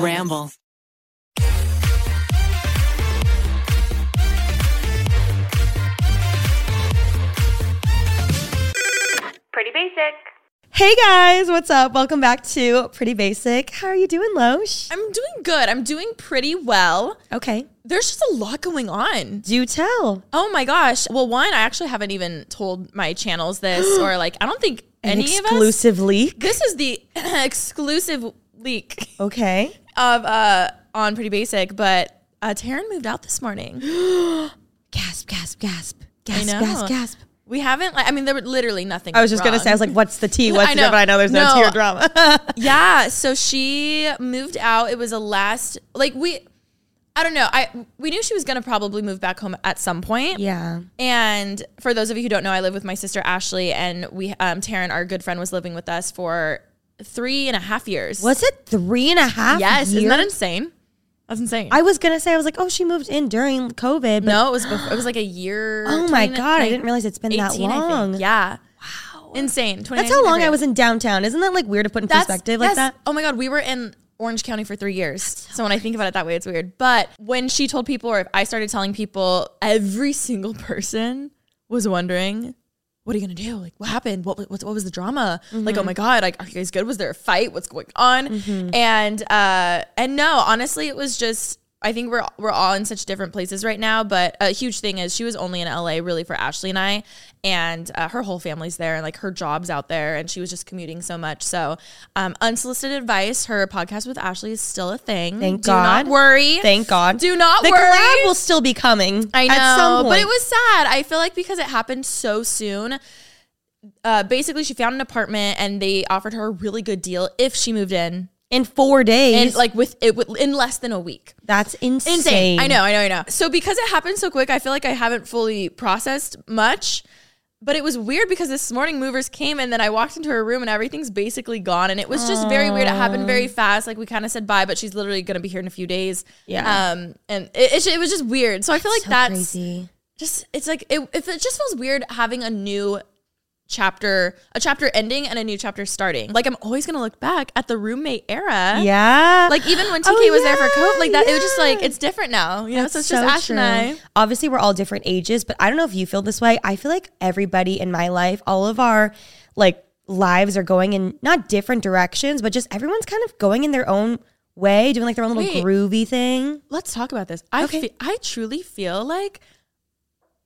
Ramble. Pretty basic. Hey guys, what's up? Welcome back to Pretty Basic. How are you doing, Loesch? I'm doing good. I'm doing pretty well. Okay. There's just a lot going on. Do tell. Oh my gosh. Well, one, I actually haven't even told my channels this, or like, I don't think any of us. exclusive leak. This is the exclusive leak Okay. of uh on Pretty Basic, but uh Taryn moved out this morning. Gasp, gasp, gasp. Gasp, know. gasp, gasp. We haven't. Like, I mean, there were literally nothing. I was just going to say, I was like, what's the tea? What's I the know. but I know there's no, No. tea or drama. Yeah, so she moved out. It was a last like we I don't know. I we knew she was gonna probably move back home at some point. yeah. And for those of you who don't know, I live with my sister Ashley and we um Taryn, our good friend, was living with us for three and a half years. Was it three and a half yes, years? isn't that insane? That's insane. I was going to say, I was like, oh, she moved in during COVID. But no, it was before, it was like a year. Oh my 29 God, I didn't realize it's been that 18, I think. long. Yeah. Wow. Insane. That's how long I was in downtown. Isn't that like weird to put in perspective like yes. that? Oh my God, we were in Orange County for three years. So, when I think about it that way, it's weird. But when she told people, or if I started telling people, every single person was wondering, what are you gonna do? Like, what happened? What what, what was the drama? Like, Mm-hmm. oh my god! Like, are you guys good? Was there a fight? What's going on? And uh, and no, honestly, it was just. I think we're we're all in such different places right now, but a huge thing is she was only in LA really for Ashley and I, and uh, her whole family's there and like her job's out there, and she was just commuting so much. So, um, unsolicited advice: her podcast with Ashley is still a thing. Thank Do God. not worry. Thank God. Do not the worry. collab will still be coming. I know, At some point. but it was sad. I feel like because it happened so soon. Uh, basically, she found an apartment and they offered her a really good deal if she moved in, in four days. and like with it with, in less than a week. That's insane. Insane. I know. I know. I know. So because it happened so quick, I feel like I haven't fully processed much. But it was weird because this morning movers came and then I walked into her room and everything's basically gone. And it was just very weird. It happened very fast. Like we kind of said bye, but she's literally going to be here in a few days. Yeah. Um, and it, it, it was just weird. So I feel like that's crazy. just it's like it, if it just feels weird having a new chapter a chapter ending and a new chapter starting like i'm always gonna look back at the roommate era Yeah. like even when tk Oh, was there for yeah, covid like that it was just like yeah. it's different now you know so it's just ash true. and i Obviously, we're all different ages, but I don't know if you feel this way. I feel like everybody in my life, all of our like lives are going in not different directions, but just everyone's kind of going in their own way, doing like their own little Wait. groovy thing. let's talk about this i Okay. fe- i truly feel like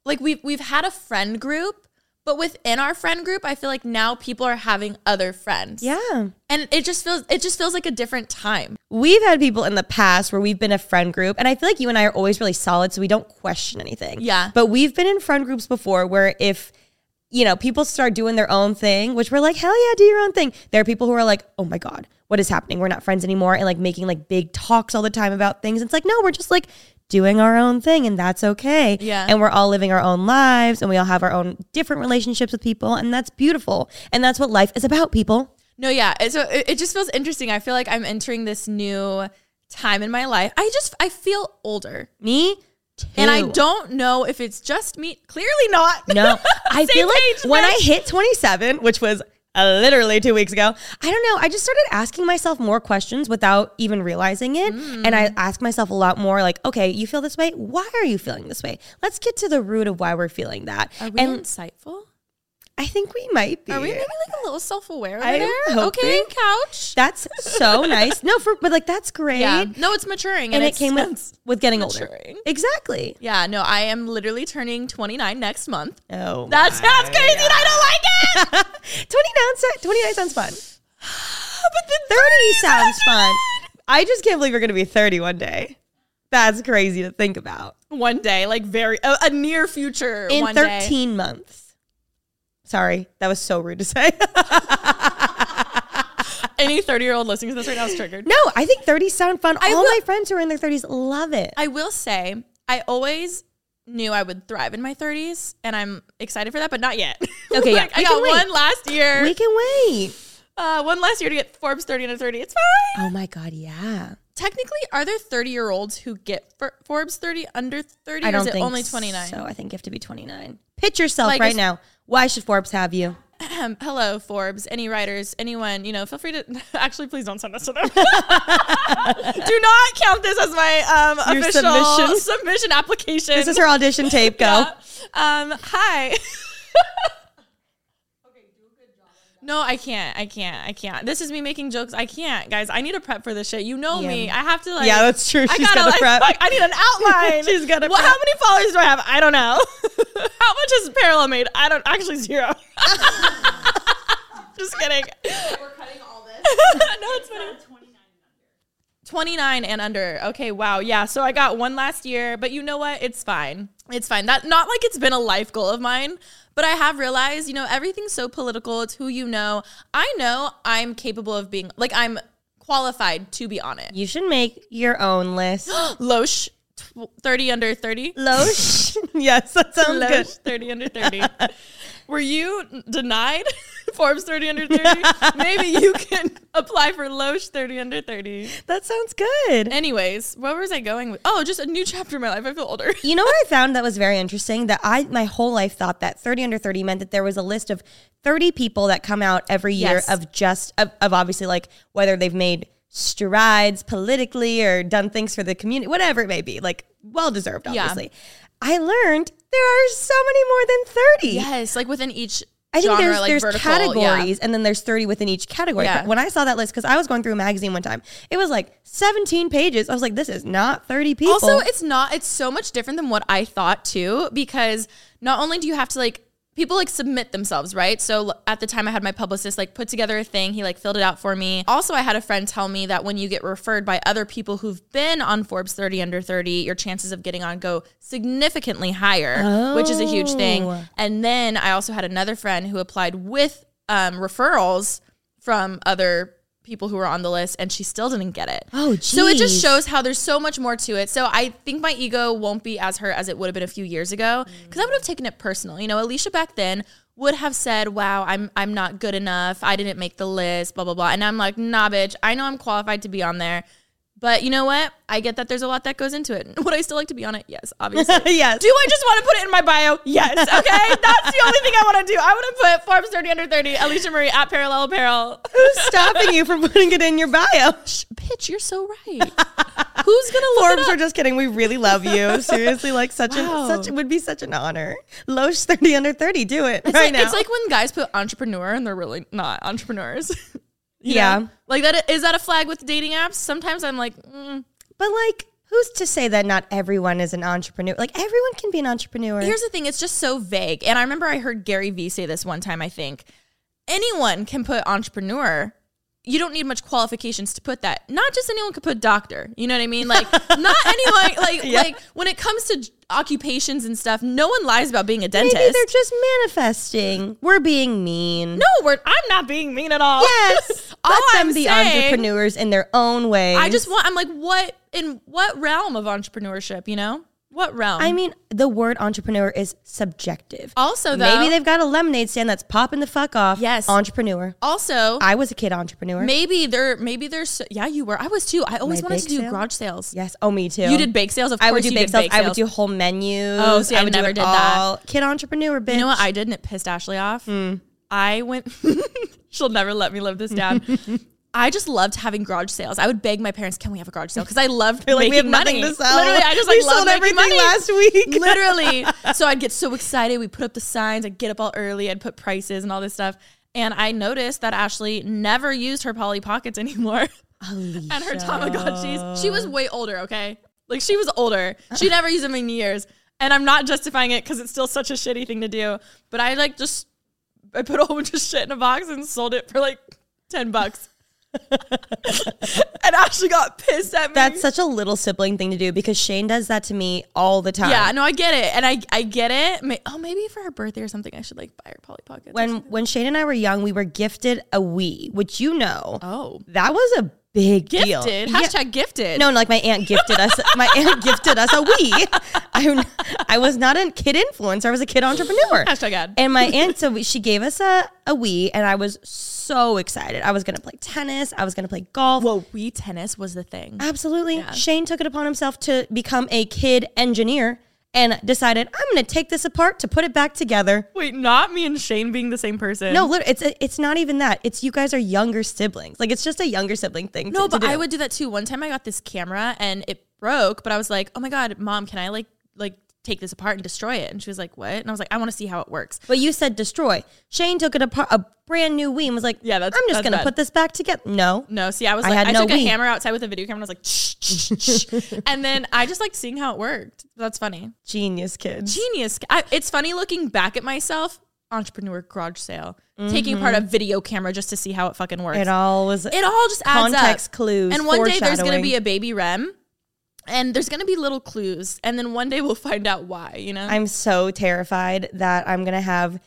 like we've we've had a friend group but within our friend group i feel like now people are having other friends Yeah. and it just feels it just feels like a different time We've had people in the past where we've been a friend group, and I feel like you and I are always really solid, so we don't question anything. Yeah. But we've been in friend groups before where if, you know, people start doing their own thing, which we're like, hell yeah, do your own thing. There are people who are like, oh my God, what is happening? We're not friends anymore, and like making like big talks all the time about things. It's like, no, we're just like doing our own thing, and that's okay. Yeah. And we're all living our own lives, and we all have our own different relationships with people, and that's beautiful. And that's what life is about, people. No, yeah. it- So it, it just feels interesting. I feel like I'm entering this new time in my life. I just I feel older, Me too. and I don't know if it's just me. Clearly not. No, I Same feel like page, when I bitch. hit 27, which was uh, literally two weeks ago, I don't know. I just started asking myself more questions without even realizing it. And Mm. I ask myself a lot more like, okay, you feel this way. Why are you feeling this way? Let's get to the root of why we're feeling that. Are we and insightful? I think we might be. Are we maybe like a little self aware I'm over there? Okay, hoping. couch. that's so nice. No, for but like that's great. yeah. No, it's maturing, and, And it it's- came with, it's- with getting older. maturing. Exactly. Yeah. No, I am literally turning 29 next month. Oh, That sounds crazy, and I don't like it. 29, sound- 29 sounds fun. but then 30 sounds fun. I just can't believe you're going to be 30 one day. That's crazy to think about. one day, like very a, a near future. In one day. 13 months. Sorry, that was so rude to say. any 30 year old listening to this right now is triggered. no, I think 30 sound fun. I All will- my friends who are in their 30s love it. I will say, I always knew I would thrive in my 30s, and I'm excited for that, but not yet. Okay, yeah, Like, we I can got wait. one last year. we can wait. uh, one last year to get Forbes 30 under 30. It's fine. Oh my God, yeah. Uh, Technically, are there 30 year olds who get for- Forbes 30 under 30, I or don't is it think only 29? So I think you have to be 29. Pitch yourself Like, right it's- now. Why should Forbes have you? Um, hello, Forbes. Any writers, anyone, you know, feel free to actually please don't send this to them. do not count this as my um, Your official submission. submission, application. This is her audition tape. Go. Yeah. Um, hi. okay, do a good job. No, I can't. I can't. I can't. This is me making jokes. I can't, guys. I need to prep for this shit. You know Yeah. me. I have to like. Yeah, that's true. I She's gotta, gotta like, prep. fuck, I need an outline. She's gotta Well, prep. how many followers do I have? I don't know. how much is parallel made? I don't actually zero. Just kidding. We're cutting all this. no, it's funny. 29 and under. Okay, wow. Yeah, so I got one last year, but you know what? It's fine. It's fine. That not like it's been a life goal of mine, but I have realized, you know, everything's so political. It's who you know. I know I'm capable of being like I'm qualified to be on it. You should make your own list. Loesch tw- 30 under 30. Loesch. yes, that sounds good. Loesch 30 under 30. Were you denied Forbes 30 under 30? Maybe you can apply for Loesch 30 under 30. That sounds good. Anyways, where was I going with? Oh, just a new chapter in my life. I feel older. you know what I found that was very interesting? That I my whole life thought that 30 under 30 meant that there was a list of 30 people that come out every year Yes. of just of, of obviously like whether they've made strides politically or done things for the community, whatever it may be, like well deserved, Yeah. obviously. I learned there are so many more than 30. Yes, like within each I think genre, there's, like there's vertical, categories and then there's 30 within each category. Yeah. When I saw that list, because I was going through a magazine one time, it was like 17 pages. I was like, this is not 30 people. Also, it's not. It's so much different than what I thought too, because not only do you have to like people like submit themselves, right? So l- at the time, I had my publicist like put together a thing. He like filled it out for me. Also, I had a friend tell me that when you get referred by other people who've been on Forbes 30 under 30, your chances of getting on go significantly higher, which is a huge Oh. thing. And then I also had another friend who applied with um, referrals from other people who were on the list, and she still didn't get it. Oh, So it just geez. shows how there's so much more to it. So I think my ego won't be as hurt as it would have been a few years ago because I would have taken it personal. You know, Alicia back then would have said, "Wow, I'm I'm not good enough. I didn't make the list." Blah blah blah. And I'm like, "Nah, bitch. I know I'm qualified to be on there." But you know what? I get that there's a lot that goes into it. Would I still like to be on it? Yes, obviously. yes. Do I just want to put it in my bio? Yes. Okay. That's the only thing I want to do. I want to put Forbes 30 under 30, Alicia Marie at Parallel Apparel. Who's stopping you from putting it in your bio? Bitch, you're so right. Who's going to look Forbes, we're just kidding. We really love you. Seriously, like such Wow. an such it would be such an honor. Loesch thirty under thirty, do it It's right like, now. It's like when guys put entrepreneur and they're really not entrepreneurs. You yeah, know? Like that is that a flag with dating apps? Sometimes I'm like, mm. but like, who's to say that not everyone is an entrepreneur? Like everyone can be an entrepreneur. here's the thing, it's just so vague. And I remember I heard Gary Vee say this one time, I think. Anyone can put entrepreneur. You don't need much qualifications to put that. Not just anyone could put doctor. You know what I mean? Like not anyone like Yeah. like when it comes to j- occupations and stuff, no one lies about being a dentist. Maybe they're just manifesting. We're being mean. no, we're, I'm not being mean at all. Yes, All let them I'm be saying- entrepreneurs in their own way. I just want. I'm like, what in what realm of entrepreneurship? You know, what realm? I mean, the word entrepreneur is subjective. also though, Maybe they've got a lemonade stand that's popping the fuck off. Yes. entrepreneur. also I was a kid entrepreneur. maybe they're maybe they're so, yeah you were I was too. I always My wanted bake to do sale? garage sales. Yes. Oh, me too. You did bake sales, of course. I would do you bake did sales. I would do whole menus. Oh, see, I would never do it did that. all. Kid entrepreneur, bitch. You know what I did, and it pissed Ashley off. Hmm. I went. she'll never let me live this down. I just loved having garage sales. I would beg my parents, "Can we have a garage sale?" Because I loved You're like, making we have money. nothing to sell. Literally, I just we like loved sold everything making money. last week. Literally. So I'd get so excited. We put up the signs. I'd get up all early. I'd put prices and all this stuff. And I noticed that Ashley never used her Polly Pockets anymore and her Tamagotchis. She was way older, okay? Like she was older. She never used them in years. And I'm not justifying it because it's still such a shitty thing to do. But I like just, I put a whole bunch of shit in a box and sold it for like 10 bucks. and Ashley got pissed at me. That's such a little sibling thing to do because Shane does that to me all the time. Yeah, no, I get it, and I I get it. May- oh, maybe for her birthday or something, I should like buy her Polly Pockets. or When something. when Shane and I were young, we were gifted a Wii, which you know oh, that was a big deal. gifted Yeah. hashtag gifted. No, like my aunt gifted us. My aunt gifted us a Wii. I, I was not a kid influencer. I was a kid entrepreneur. hashtag ad. And my aunt, so she gave us a, a Wii, and I was so excited. I was going to play tennis. I was going to play golf. Whoa, Wii tennis was the thing. Absolutely. Shane took it upon himself to become a kid engineer and decided I'm going to take this apart to put it back together. Wait, not me and Shane being the same person. No, literally, it's it's not even that. It's you guys are younger siblings. Like it's just a younger sibling thing. No, to- to but I do. would do that too. One time I got this camera and it broke, but I was like, "Oh my god, mom, can I like like take this apart and destroy it?" And she was like, "What?" And I was like, "I want to see how it works." But you said destroy. Shane took it apart, a brand new Wii, and was like, Yeah, that's- I'm just that's gonna bad. put this back together. No, No, see, I was I like, had I no took Wii. a hammer outside with a video camera. and I was like, shh, shh, shh, shh. and then I just liked seeing how it worked. That's funny. genius kids. Genius. I, it's funny looking back at myself. Entrepreneur garage sale, taking apart a video camera just to see how it fucking works. Mm-hmm. It all was. it all just adds up. Context clues, And one day there's going to foreshadowing. be a baby Rem, and there's going to be little clues, and then one day we'll find out why. You know, I'm so terrified that I'm gonna have.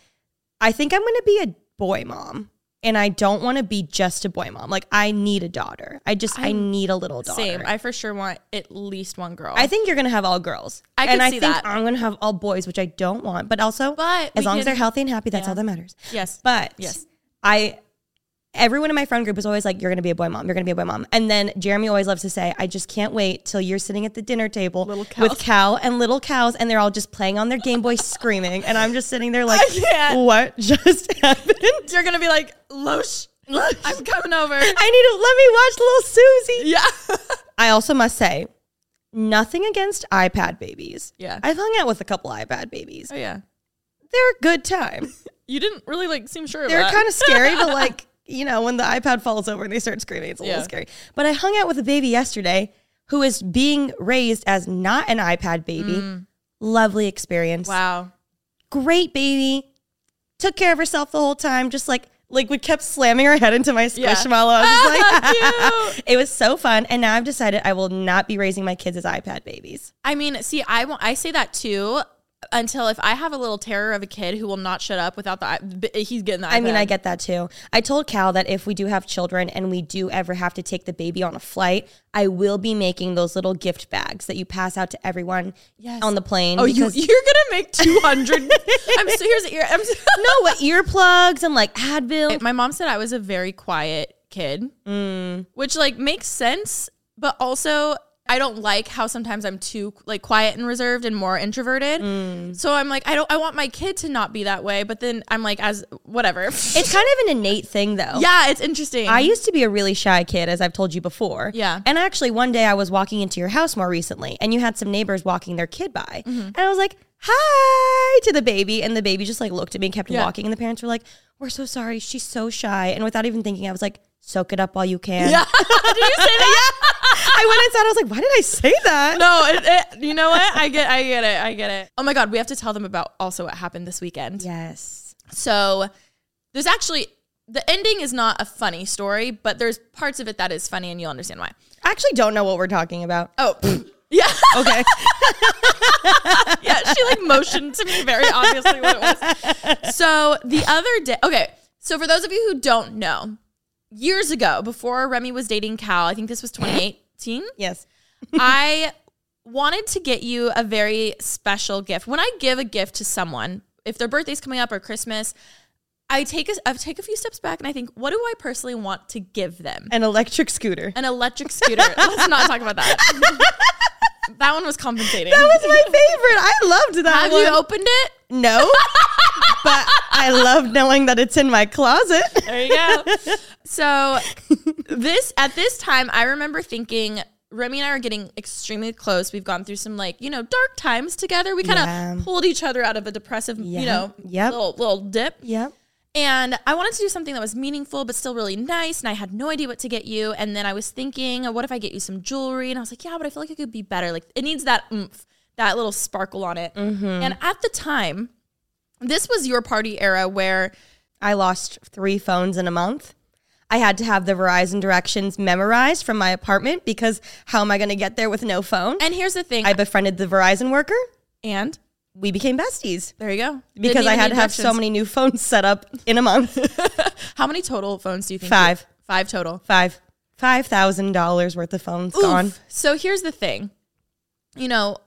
I think I'm gonna be a boy mom, and I don't want to be just a boy mom. Like I need a daughter. I just i need a little daughter. same. I for sure want at least one girl. I think you're gonna have all girls. I could and I see think that. I'm gonna have all boys, which I don't want. But also, But as we long as can- they're healthy and happy, that's all that matters. yes, But Yes. I everyone in my friend group is always like, You're gonna be a boy mom, you're gonna be a boy mom. And then Jeremy always loves to say, I just can't wait till you're sitting at the dinner table with cows. cow and little cows and they're all just playing on their Game Boy screaming. And I'm just sitting there like I can't. what just happened? you're going to be like, Loesch, I'm coming over. I need to let me watch little Susie. yeah. I also must say, nothing against iPad babies. Yeah. I've hung out with a couple iPad babies. oh yeah. They're a good time. You didn't really like seem sure. They're about. kind of scary, but like, you know, when the iPad falls over and they start screaming, it's a little Yeah. scary. But I hung out with a baby yesterday who is being raised as not an iPad baby. Lovely experience. Mm. wow. Great baby. Took care of herself the whole time. Just like, like we kept slamming her head into my Yeah. squishmallow. I was just Cute. like, it was so fun. And now I've decided I will not be raising my kids as iPad babies. I mean, see, I won't, I say that too. Until if I have a little terror of a kid who will not shut up without the, i- b- he's getting the. I mean, iPad. I get that too. I told Cal that if we do have children and we do ever have to take the baby on a flight, I will be making those little gift bags that you pass out to everyone Yes. on the plane. Oh, you, you're because- gonna make two hundred. I'm so here's the ear. I'm so, no, what earplugs and like Advil. My mom said I was a very quiet kid, Mm. which like makes sense, but also I don't like how sometimes I'm too like quiet and reserved and more introverted. Mm. So I'm like I don't. I want my kid to not be that way, but then I'm like as whatever. It's kind of an innate thing though. yeah, it's interesting. I used to be a really shy kid, as I've told you before. Yeah. And actually, one day I was walking into your house more recently, and you had some neighbors walking their kid by, Mm-hmm. and I was like, "Hi" to the baby, and the baby just like looked at me and kept Yeah. walking, and the parents were like, "We're so sorry, she's so shy," and without even thinking, I was like, "Soak it up while you can." yeah. Did you say that? I went inside. I was like, "Why did I say that?" No, it, it, you know what? I get, I get it, I get it. Oh my god, we have to tell them about also what happened this weekend. Yes. So there's actually the ending is not a funny story, but there's parts of it that is funny, and you'll understand why. I actually don't know what we're talking about. Oh, yeah, Okay. yeah. She like motioned to me very obviously what it was. So the other day, okay. So for those of you who don't know, years ago, before Remy was dating Cal, I think this was 2018. yes. I wanted to get you a very special gift. When I give a gift to someone, if their birthday's coming up or Christmas, I take a, I take a few steps back and I think, what do I personally want to give them? An electric scooter. An electric scooter. Let's not talk about that. that one was compensating. That was my favorite. I loved that Have one. you opened it? No, but I love knowing that it's in my closet. There you go. so this at this time, I remember thinking Remy and I are getting extremely close. We've gone through some like you know dark times together. We kind of Yeah. pulled each other out of a depressive Yeah. you know Yep. little little dip. Yep. And I wanted to do something that was meaningful but still really nice. And I had no idea what to get you. And then I was thinking, uh, what if I get you some jewelry? And I was like, yeah, but I feel like it could be better. Like it needs that oomph, that little sparkle on it. Mm-hmm. And at the time, this was your party era where I lost three phones in a month. I had to have the Verizon directions memorized from my apartment because how am I going to get there with no phone? and here's the thing, I befriended the Verizon worker. and We became besties There you go. because Didn't I even had need to have so directions. many new phones set up in a month. How many total phones do you think? Five. you- five total. Five. Five thousand dollars worth of phones gone. Oof. So here's the thing. You know,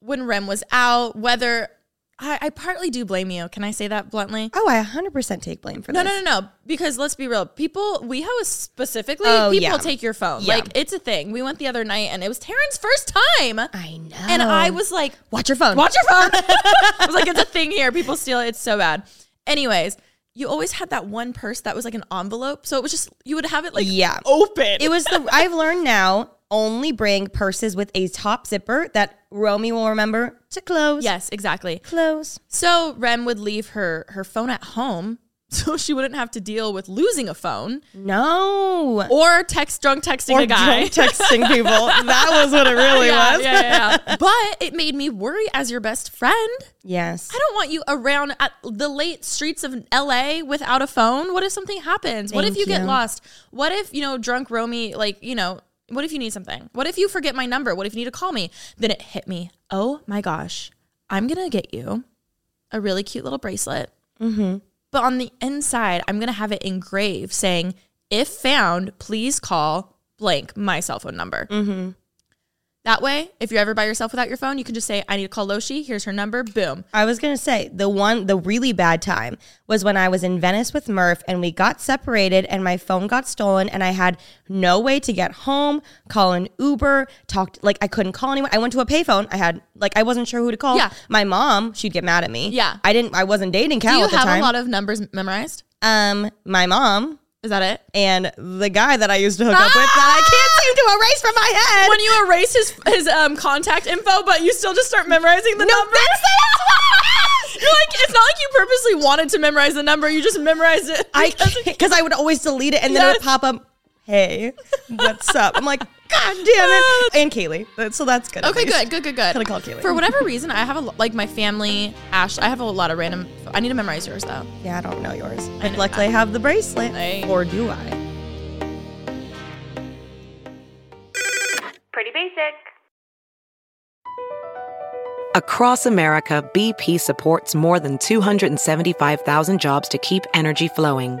when Rem was out, whether I, I partly do blame you. Can I say that bluntly? Oh, I 100% take blame for No, that. no, no, no. Because let's be real. People, we house specifically, Oh, people yeah. take your phone. Yeah. Like, it's a thing. We went the other night and it was Taryn's first time. I know. And I was like, watch your phone. watch your phone. I was like, it's a thing here. People steal it. It's so bad. Anyways, you always had that one purse that was like an envelope. So it was just, you would have it like Yeah. open. It It was, was the I've learned now only bring purses with a top zipper that Romy will remember to close. yes, exactly. Close. So Rem would leave her her phone at home so she wouldn't have to deal with losing a phone No. or text drunk texting a guy. drunk texting people. That was what it really yeah, was. yeah, yeah, yeah. But it made me worry as your best friend. Yes. I don't want you around at the late streets of LA without a phone. What if something happens? what if Thank you, get you. lost? What if, you know, drunk Romy, like, you know, what if you need something? What if you forget my number? What if you need to call me? Then it hit me. Oh my gosh. I'm going to get you a really cute little bracelet. But on the inside, I'm going to have it engraved saying, if found, please call blank my cell phone number. That way, if you're ever by yourself without your phone, you can just say, I need to call Loshi. Here's her number. Boom. I was gonna say the one the really bad time was when I was in Venice with Murph and we got separated and my phone got stolen and I had no way to get home, call an Uber, talked like I couldn't call anyone. I went to a payphone. I had like I wasn't sure who to call. Yeah. My mom, she'd get mad at me. Yeah. I didn't I wasn't dating Cal Do you at the have time. a lot of numbers memorized? um my mom Is that it? and the guy that I used to hook up with that I can't seem to erase from my head. When you erase his his um, contact info, but you still just start memorizing the number. that's not- You're like, it's not like you purposely wanted to memorize the number. You just memorized it. I because I would always delete it and then it would Yes. pop up, hey, what's up? I'm like, God damn it. And Kaylee. But- So that's good. at Okay, least. good, good, good, good. Gotta call Kaylee. For whatever reason, I have a lo- like my family, Ash. I have a lot of random. I need to memorize yours though. Yeah, I don't know yours. But know. luckily I have the bracelet. I- Or do I? Pretty basic. Across America, BP supports more than 275,000 jobs to keep energy flowing.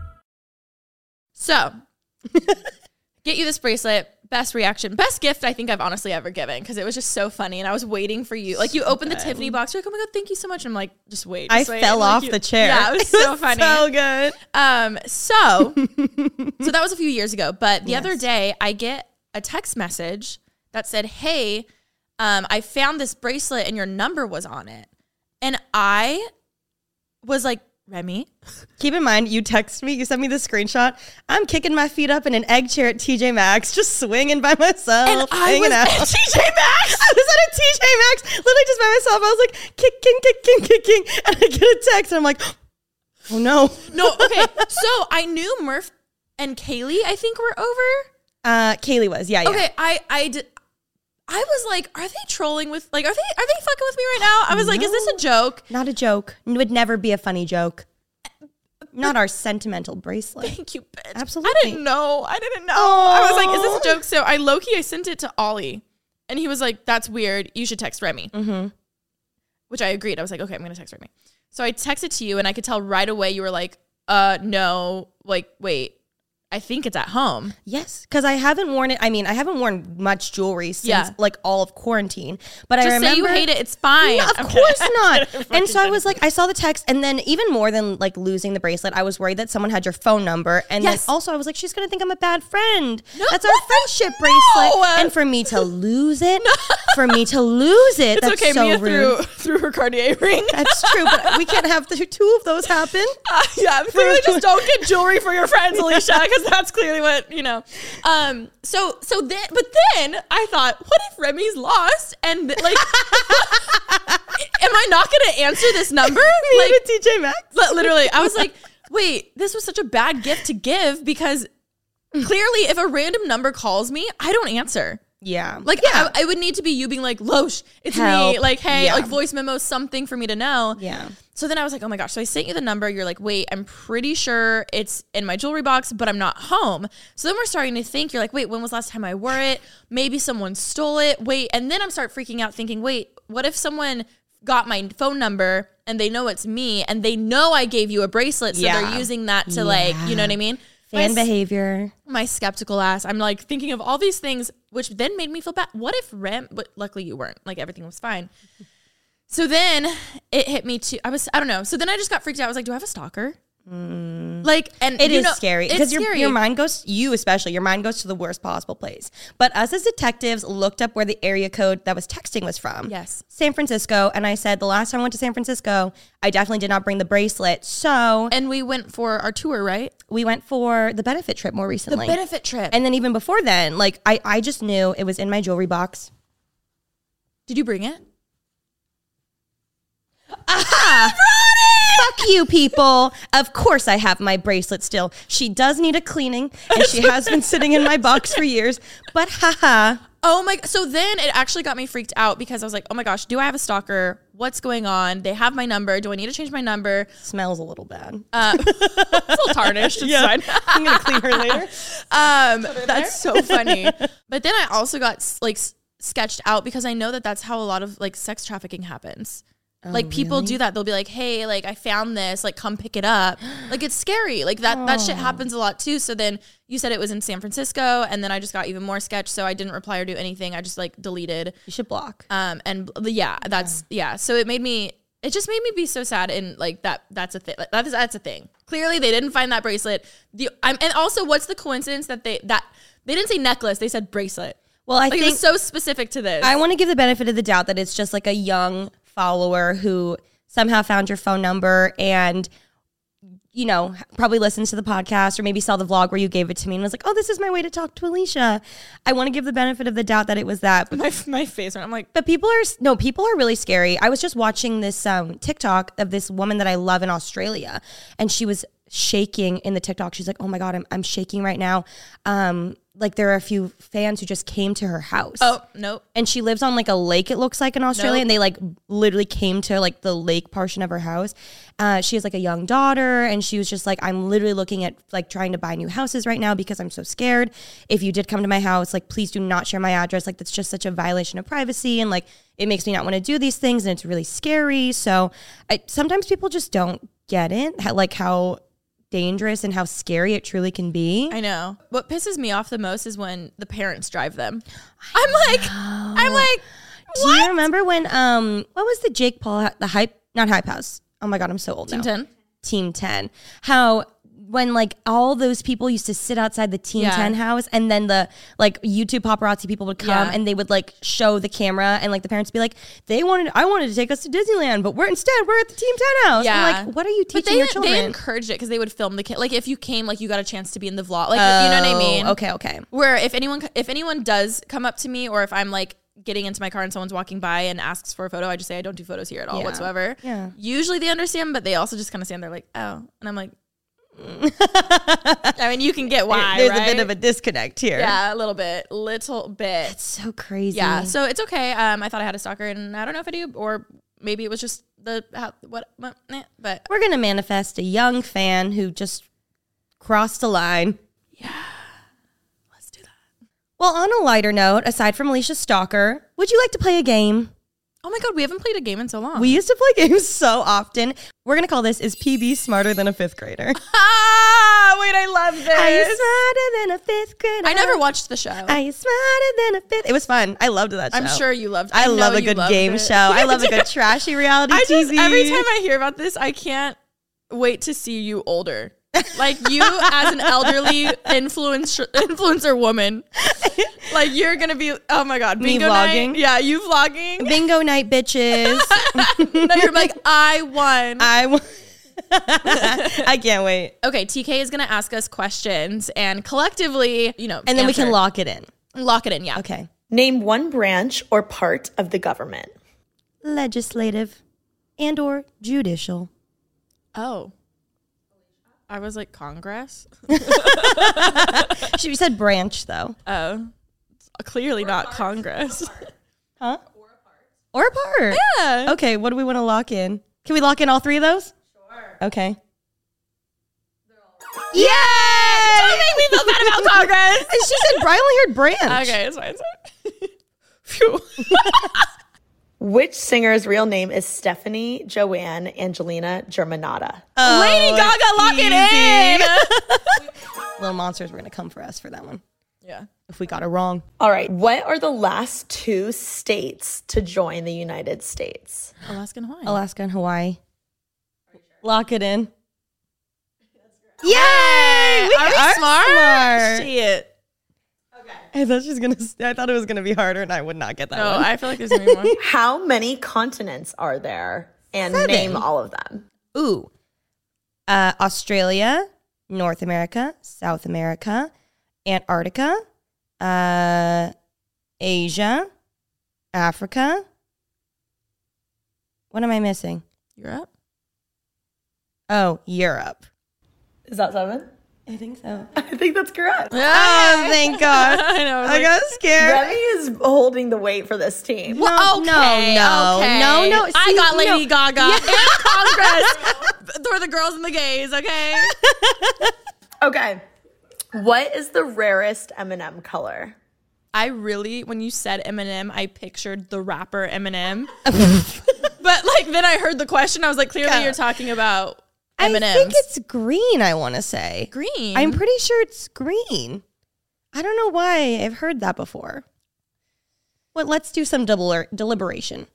So, get you this bracelet. Best reaction, best gift I think I've honestly ever given because it was just so funny and I was waiting for you. Like you opened the Tiffany box, you're like, "Oh my god, thank you so much!" And I'm like, "Just wait." I just wait." fell Like, off you- the chair. Yeah, it was so funny. So good. Um, so so that was a few years ago, but the other day I get a text message that said, "Hey, um, I found this bracelet and your number was on it," and I was like, "Remy, Keep in mind, you text me, you sent me the screenshot. I'm kicking my feet up in an egg chair at TJ Maxx, just swinging by myself, And I hanging was out. at TJ Maxx. I was at a TJ Maxx, literally just by myself. I was like kicking, kicking, kicking, and I get a text, and I'm like, oh no. No, okay. so I knew Murph and Kaylee, I think, were over. Uh, Kaylee was, yeah, yeah. Okay, I I did. I was like, are they trolling with like are they are they fucking with me right now? I was like, is this a joke? Not a joke. N- Would never be a funny joke. Not our sentimental bracelet. Thank you, bitch. Absolutely. I didn't know. I didn't know. I was like, is this a joke? So I low key I sent it to Ollie, and he was like, that's weird. You should text Remy. Mm-hmm. Which I agreed. I was like, okay, I'm gonna text Remy. So I texted to you, and I could tell right away you were like, uh, no, like wait, I think it's at home. Yes, because I haven't worn it. I mean, I haven't worn much jewelry since Yeah. like all of quarantine. But I Just remember say you hate it. It's fine. No, of I'm kidding. course not. and so I was like, I saw the text, and then even more than like losing the bracelet, I was worried that someone had your phone number. And Yes. then also, I was like, she's gonna think I'm a bad friend. That's our what the- friendship No. bracelet. And for me to lose it, for me to lose it, It's that's okay. so Mia rude. threw threw her Cartier ring. That's true, but we can't have the two of those happen. yeah, I'm literally just don't get jewelry for your friends, Alicia, because because that's clearly what you know. Um, so so then, but then I thought, what if Remy's lost and th- like, am I not going to answer this number? like, like, TJ Maxx. li- literally, I was like, wait, this was such a bad gift to give because clearly, if a random number calls me, I don't answer. Yeah. Like I, I would need to be you being like, Loesch, it's Help. me. Like, hey, Yeah. like voice memo, something for me to know. Yeah. So then I was like, oh my gosh. So I sent you the number. You're like, wait, I'm pretty sure it's in my jewelry box, but I'm not home. So then we're starting to think, you're like, wait, when was the last time I wore it? Maybe someone stole it. Wait. And then I'm start freaking out thinking, wait, what if someone got my phone number and they know it's me and they know I gave you a bracelet. So Yeah. they're using that to like, you know what I mean? My fan behavior. my skeptical ass. I'm like thinking of all these things, which then made me feel bad. What if Rem? But luckily you weren't. Like everything was fine. So then it hit me too. I was I don't know. So then I just got freaked out. I was like, do I have a stalker? Like and Mm. It is you know, scary it's because your, scary. your mind goes you especially your mind goes to the worst possible place but us as detectives looked up where the area code that was texting was from Yes. san francisco and i said the last time i went to san francisco i definitely did not bring the bracelet so And we went for our tour, right? we went for the benefit trip more recently Benefit trip. And and then even before then like I, I just knew it was in my jewelry box did you bring it? Uh-huh. Fuck you, people. Of course, I have my bracelet still. She does need a cleaning, and she has been sitting in my box for years. But haha, Oh my! So then it actually got me freaked out because I was like, "Oh my gosh, do I have a stalker? What's going on? They have my number. Do I need to change my number? smells a little bad. It's all tarnished. It's fine. I'm gonna clean her later. Um, that's so funny. but then I also got s- like s- sketched out because I know that that's how a lot of like sex trafficking happens. like people do that. They'll be like, "Hey, like I found this. Like come pick it up." Like it's scary. Like that that shit happens a lot too. So then you said it was in San Francisco, and then I just got even more sketched. So I didn't reply or do anything. I just like deleted. You should block. Um, and bl- yeah, that's yeah. So it made me. It just made me be so sad and like that. That's a thing. Like, that's that's a thing. Clearly, they didn't find that bracelet. The I'm, and also, what's the coincidence that they that they didn't say necklace? They said bracelet. Well, I Like it think was so specific to this. I want to give the benefit of the doubt that it's just like a young follower who somehow found your phone number and you know probably listens to the podcast or maybe saw the vlog where you gave it to me and was like, "Oh, this is my way to talk to Alicia." I want to give the benefit of the doubt that it was that, but my my face. I'm like, But people are no, people are really scary. I was just watching this um, TikTok of this woman that I love in Australia, and she was shaking in the TikTok. She's like, "Oh my god, I'm I'm shaking right now." Um, like there are a few fans who just came to her house. oh nope. And she lives on like a lake, it looks like in Australia. Nope. And they like literally came to like the lake portion of her house. Uh, she has like a young daughter, and she was just like, I'm literally looking at like trying to buy new houses right now because I'm so scared. If you did come to my house, like, please do not share my address. Like, that's just such a violation of privacy. And like, it makes me not want to do these things. And it's really scary. So I, sometimes people just don't get it, how, like how dangerous and how scary it truly can be. I know. What pisses me off the most is when the parents drive them. I'm like, I'm like, Do you remember when um what was the Jake Paul the hype not hype house? Oh my god, I'm so old now. ten. Team 10. How when like all those people used to sit outside the Team Yeah. 10 house and then the like YouTube paparazzi people would come Yeah. and they would like show the camera and like the parents would be like they wanted I wanted to take us to Disneyland but we're instead we're at the Team 10 house. I'm like what are you But teaching they, your They children? encouraged it because they would film the kid. Like if you came, like you got a chance to be in the vlog. Like you know what I Oh, mean? Okay, okay. Where if anyone if anyone does come up to me, or if I'm like getting into my car and someone's walking by and asks for a photo, I just say I don't do photos here at all Yeah. whatsoever. Yeah. Usually they understand, but they also just kind of stand there like, oh, and I'm like, I mean, you can get why. There's right? a bit of a disconnect here. yeah, a little bit, little bit. So crazy. Yeah, so it's okay. Um, I thought I had a stalker, and I don't know if I do, or maybe it was just the how, what, what, eh, but We're going to manifest a young fan who just crossed a line. let's do that. Well, on a lighter note, aside from Alicia Stalker, would you like to play a game? Oh my god, we haven't played a game in so long. We used to play games so often. We're going to call this Is PB Smarter Than a Fifth Grader? ah, wait, I love this. Are you I, smarter than a fifth grader? never watched the show. Are you smarter than a fifth? It was fun. I loved that show. I'm sure you loved. I, know love a you good loved game it. show. I love a good trashy reality I TV. just every time I hear about this, I can't wait to see you older. Like you as an elderly influencer influencer woman. Like you're gonna be oh my god, Me bingo night. vlogging? Yeah, you vlogging. Bingo night, bitches. No, you're like, I won. I w- I can't wait. Okay, TK is gonna ask us questions and collectively, you know, And then we can answer. lock it in. lock it in. Yeah. Okay. Name one branch or part of the government. Legislative and or judicial. Oh, I was like Congress. She said branch though. Oh, clearly not Congress. Huh? Or a part. Yeah. Okay, what do we want to lock in? Can we lock in all three of those? Sure. Okay. Yeah! Don't make me feel bad about Congress. she said, I only heard branch. Okay, it's fine. It's fine. Phew. Which singer's real name is Stephanie Joanne Angelina Germanata? Oh, Lady Gaga, lock it in. Little monsters were gonna come for us for that one Yeah. if we got it wrong. All right. What are the last two states to join the United States? Alaskan Hawaii. Alaska and Hawaii. Lock it in. Yay! We Are we smart? Shit. I thought she was gonna. I thought it was gonna be harder, and I would not get that No, one. I feel like there's gonna be more. How many continents are there? And name all of them. Ooh. Uh, Australia, North America, South America, Antarctica, uh, Asia, Africa. What am I missing? Europe. Oh, Europe. Is that seven? I think so. I think that's correct. Oh, thank God. I know. I, got scared. Remy is holding the weight for this team. No, no, okay, no, okay. no, no. I See, got Lady no. Gaga and Congress for the girls and the gays. Okay. Okay. What is the rarest M&M color? I really, when you said Eminem, I pictured the rapper Eminem. but like then I heard the question, I was like, clearly Yeah. you're talking about I Eminems. think it's green. I want to say green. I'm pretty sure it's green. I don't know why I've heard that before. Well, let's do some delir- deliberation.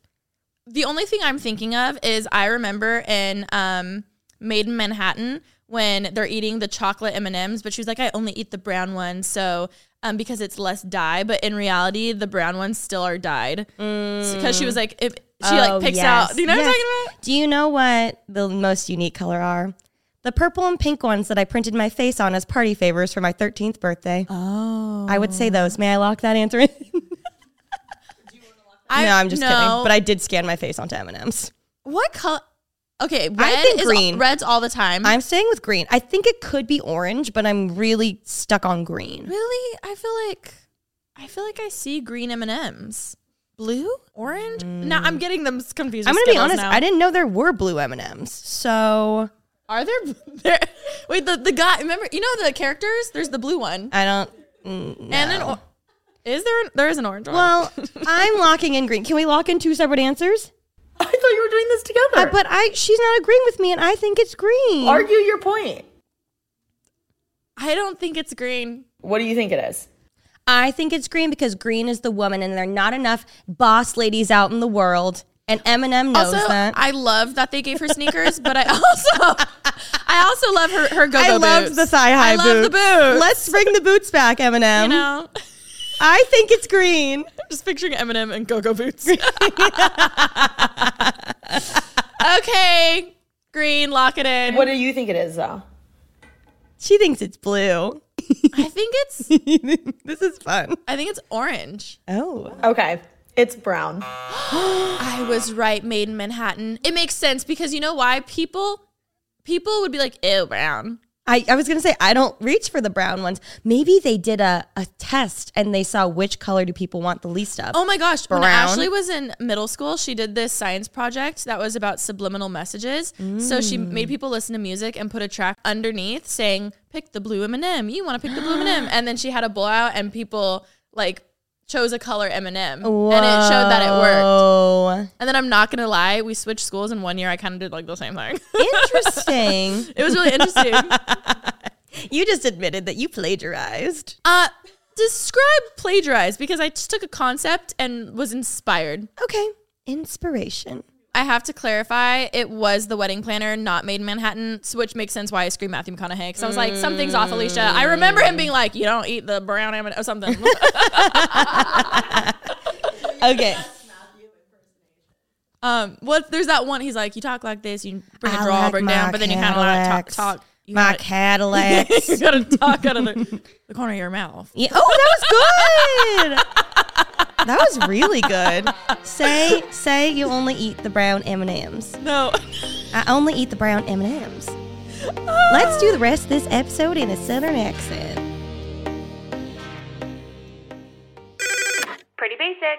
the only thing I'm thinking of is I remember in um, Made in Manhattan when they're eating the chocolate M and M's, but she's like, I only eat the brown one, so um, because it's less dye. But in reality, the brown ones still are dyed because she was like, if she Oh, like picks yes, out, do you know what I'm yes. talking about? Do you know what the most unique color are? The purple and pink ones that I printed my face on as party favors for my 13th birthday. Oh. I would say those. May I lock that answer in? I, no, I'm just no. kidding. But I did scan my face onto M&M's. what color? Okay, red think is green. Red's all the time. I'm staying with green. I think it could be orange, but I'm really stuck on green. Really? I feel like I feel like I see green M and M's. Blue, orange. No, I'm getting them s- confused. Mm. I'm with gonna be Skittles honest. now. I didn't know there were blue M&Ms. So Are there, there? Wait, the the guy. Remember, you know the characters. There's the blue one, I don't. mm, No. and an or- is there? An, there is an orange one. well, I'm locking in green. Can we lock in two separate answers? I thought you were doing this Uh, together. but I, she's not agreeing with me, and I think it's green. Argue your point. I don't think it's green. What do you think it is? I think it's green because green is the woman, and there are not enough boss ladies out in the world. And Eminem knows Also, that. I love that they gave her sneakers, but I also, I also love her her go go I boots. loved the thigh high I boots. love the boots. Let's bring the boots back, Eminem. you know, I think it's green. just picturing Eminem and go go boots. okay, green, lock it in. What do you think it is, though? She thinks it's blue. I think it's, this is fun. I think it's orange. Oh, Okay. It's brown. I was right, made in Manhattan. It makes sense because you know why people people would be like, ew, brown. I, I was gonna say I don't reach for the brown ones. Maybe they did a, a test and they saw which color do people want the least of. Oh my gosh. When Brown. Ashley was in middle school, she did this science project that was about subliminal messages. So she made people listen to music and put a track underneath saying, pick the blue M&M. You want to pick the blue M&M. And then she had a blowout and people like chose a color M&M. And it showed that it worked. Oh, And then I'm not going to lie, we switched schools in one year. I kind of did like the same thing. interesting. it was really interesting. you just admitted that you plagiarized. Uh, describe plagiarize because I just took a concept and was inspired. Okay, inspiration. I have to clarify, it was the wedding planner, not Made in Manhattan, so- which makes sense why I screamed Matthew McConaughey. Because I was like, something's off, Alicia. I remember him being like, you don't eat the brown M or something. Okay. Um, what there's that one. He's like, you talk like this, you bring a I draw, like bring my down, but then you kind of like talk, Cadillacs. talk. You My gotta- Cadillacs. you gotta talk out of the, the corner of your mouth. Yeah. Oh, that was good. that was really good. Say, say you only eat the brown M and M's. No, I only eat the brown M and M's. Let's do the rest of this episode in a southern accent. Pretty basic.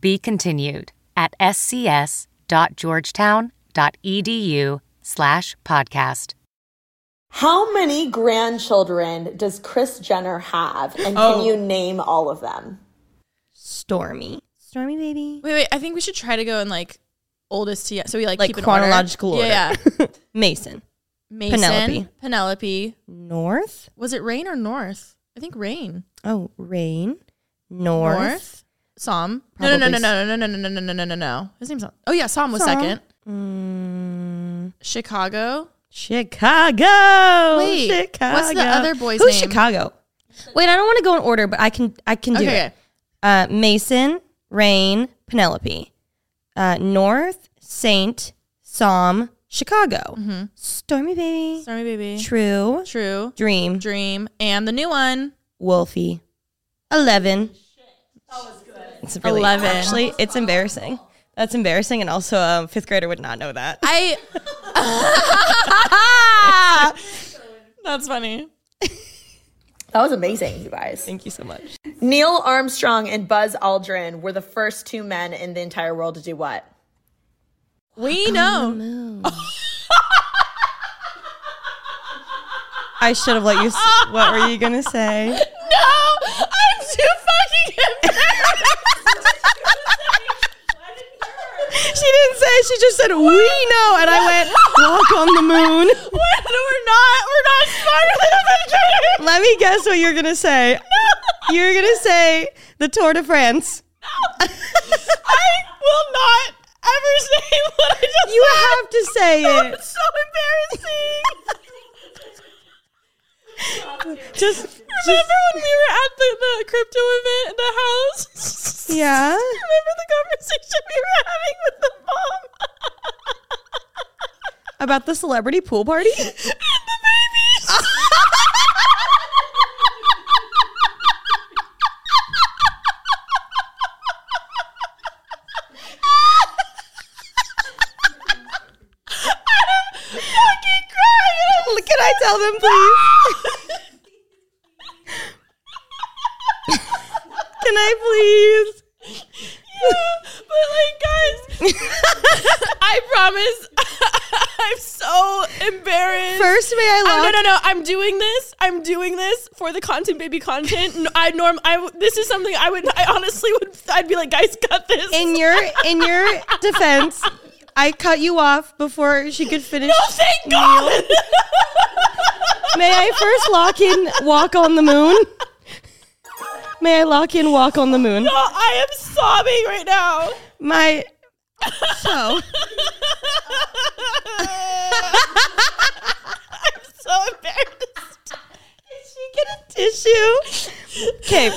Be continued at scs.georgetown.edu E slash podcast. How many grandchildren does Chris Jenner have? And can you name all of them? Stormy, Stormy baby, wait, wait. I think we should try to go in like oldest to so we like Like keep an chronological order. Yeah, yeah. Mason, Mason, Penelope. Penelope. Penelope. North. Was it rain or north? I think rain. Oh, Rain, North. Psalm. No, no, no, Probably no, no, no, no, no, no, no, no, no, no. His name's not. Oh yeah, Psalm was Psalm. second. Chicago. Mm, Chicago. Wait, Chicago. what's the other boy's Who's name? Chicago? Wait, I don't want to go in order, but I can. I can do Okay, it. okay. uh, Mason, Rain, Penelope, uh, North, Saint, Psalm, Chicago, Mm-hmm. Stormy Baby, Sorry, baby. True, True. Dream, Dream and the new one. Wolfie, Eleven. It's really, 11. Actually, it's embarrassing. That's embarrassing, and also a fifth grader would not know that. I. Ah! That's funny. That was amazing, you guys. Thank you so much. Neil Armstrong and Buzz Aldrin were the first two men in the entire world to do what? We know. I should have let you. s- what were you gonna say? No, I'm too fucking She didn't say. She just said we know, and I went walk on the moon. We're not. We're not smarter than a fifth Let me guess what you're gonna say. You're gonna say the Tour de France. I will not ever say what I just. You have to say it. It's so embarrassing. Just, just Remember when we were at the, the crypto event in the house? yeah. Remember the conversation we were having with the mom? About the celebrity pool party. and the babies. Fucking crying. Can I tell them, please? Can I please? but like, guys, I promise, I'm so embarrassed. First, may I Oh, lock? no, no, no! I'm doing this. I'm doing this for the content, baby, content. No, I norm. I w- this is something I would. I honestly would. I'd be like, guys, cut this. In your in your defense, I cut you off before she could finish. oh, thank God. May I first lock in walk on the moon? May I lock in walk on the moon? Oh, I am sobbing right now. My so So embarrassed. Is she tissue. gonna? Okay.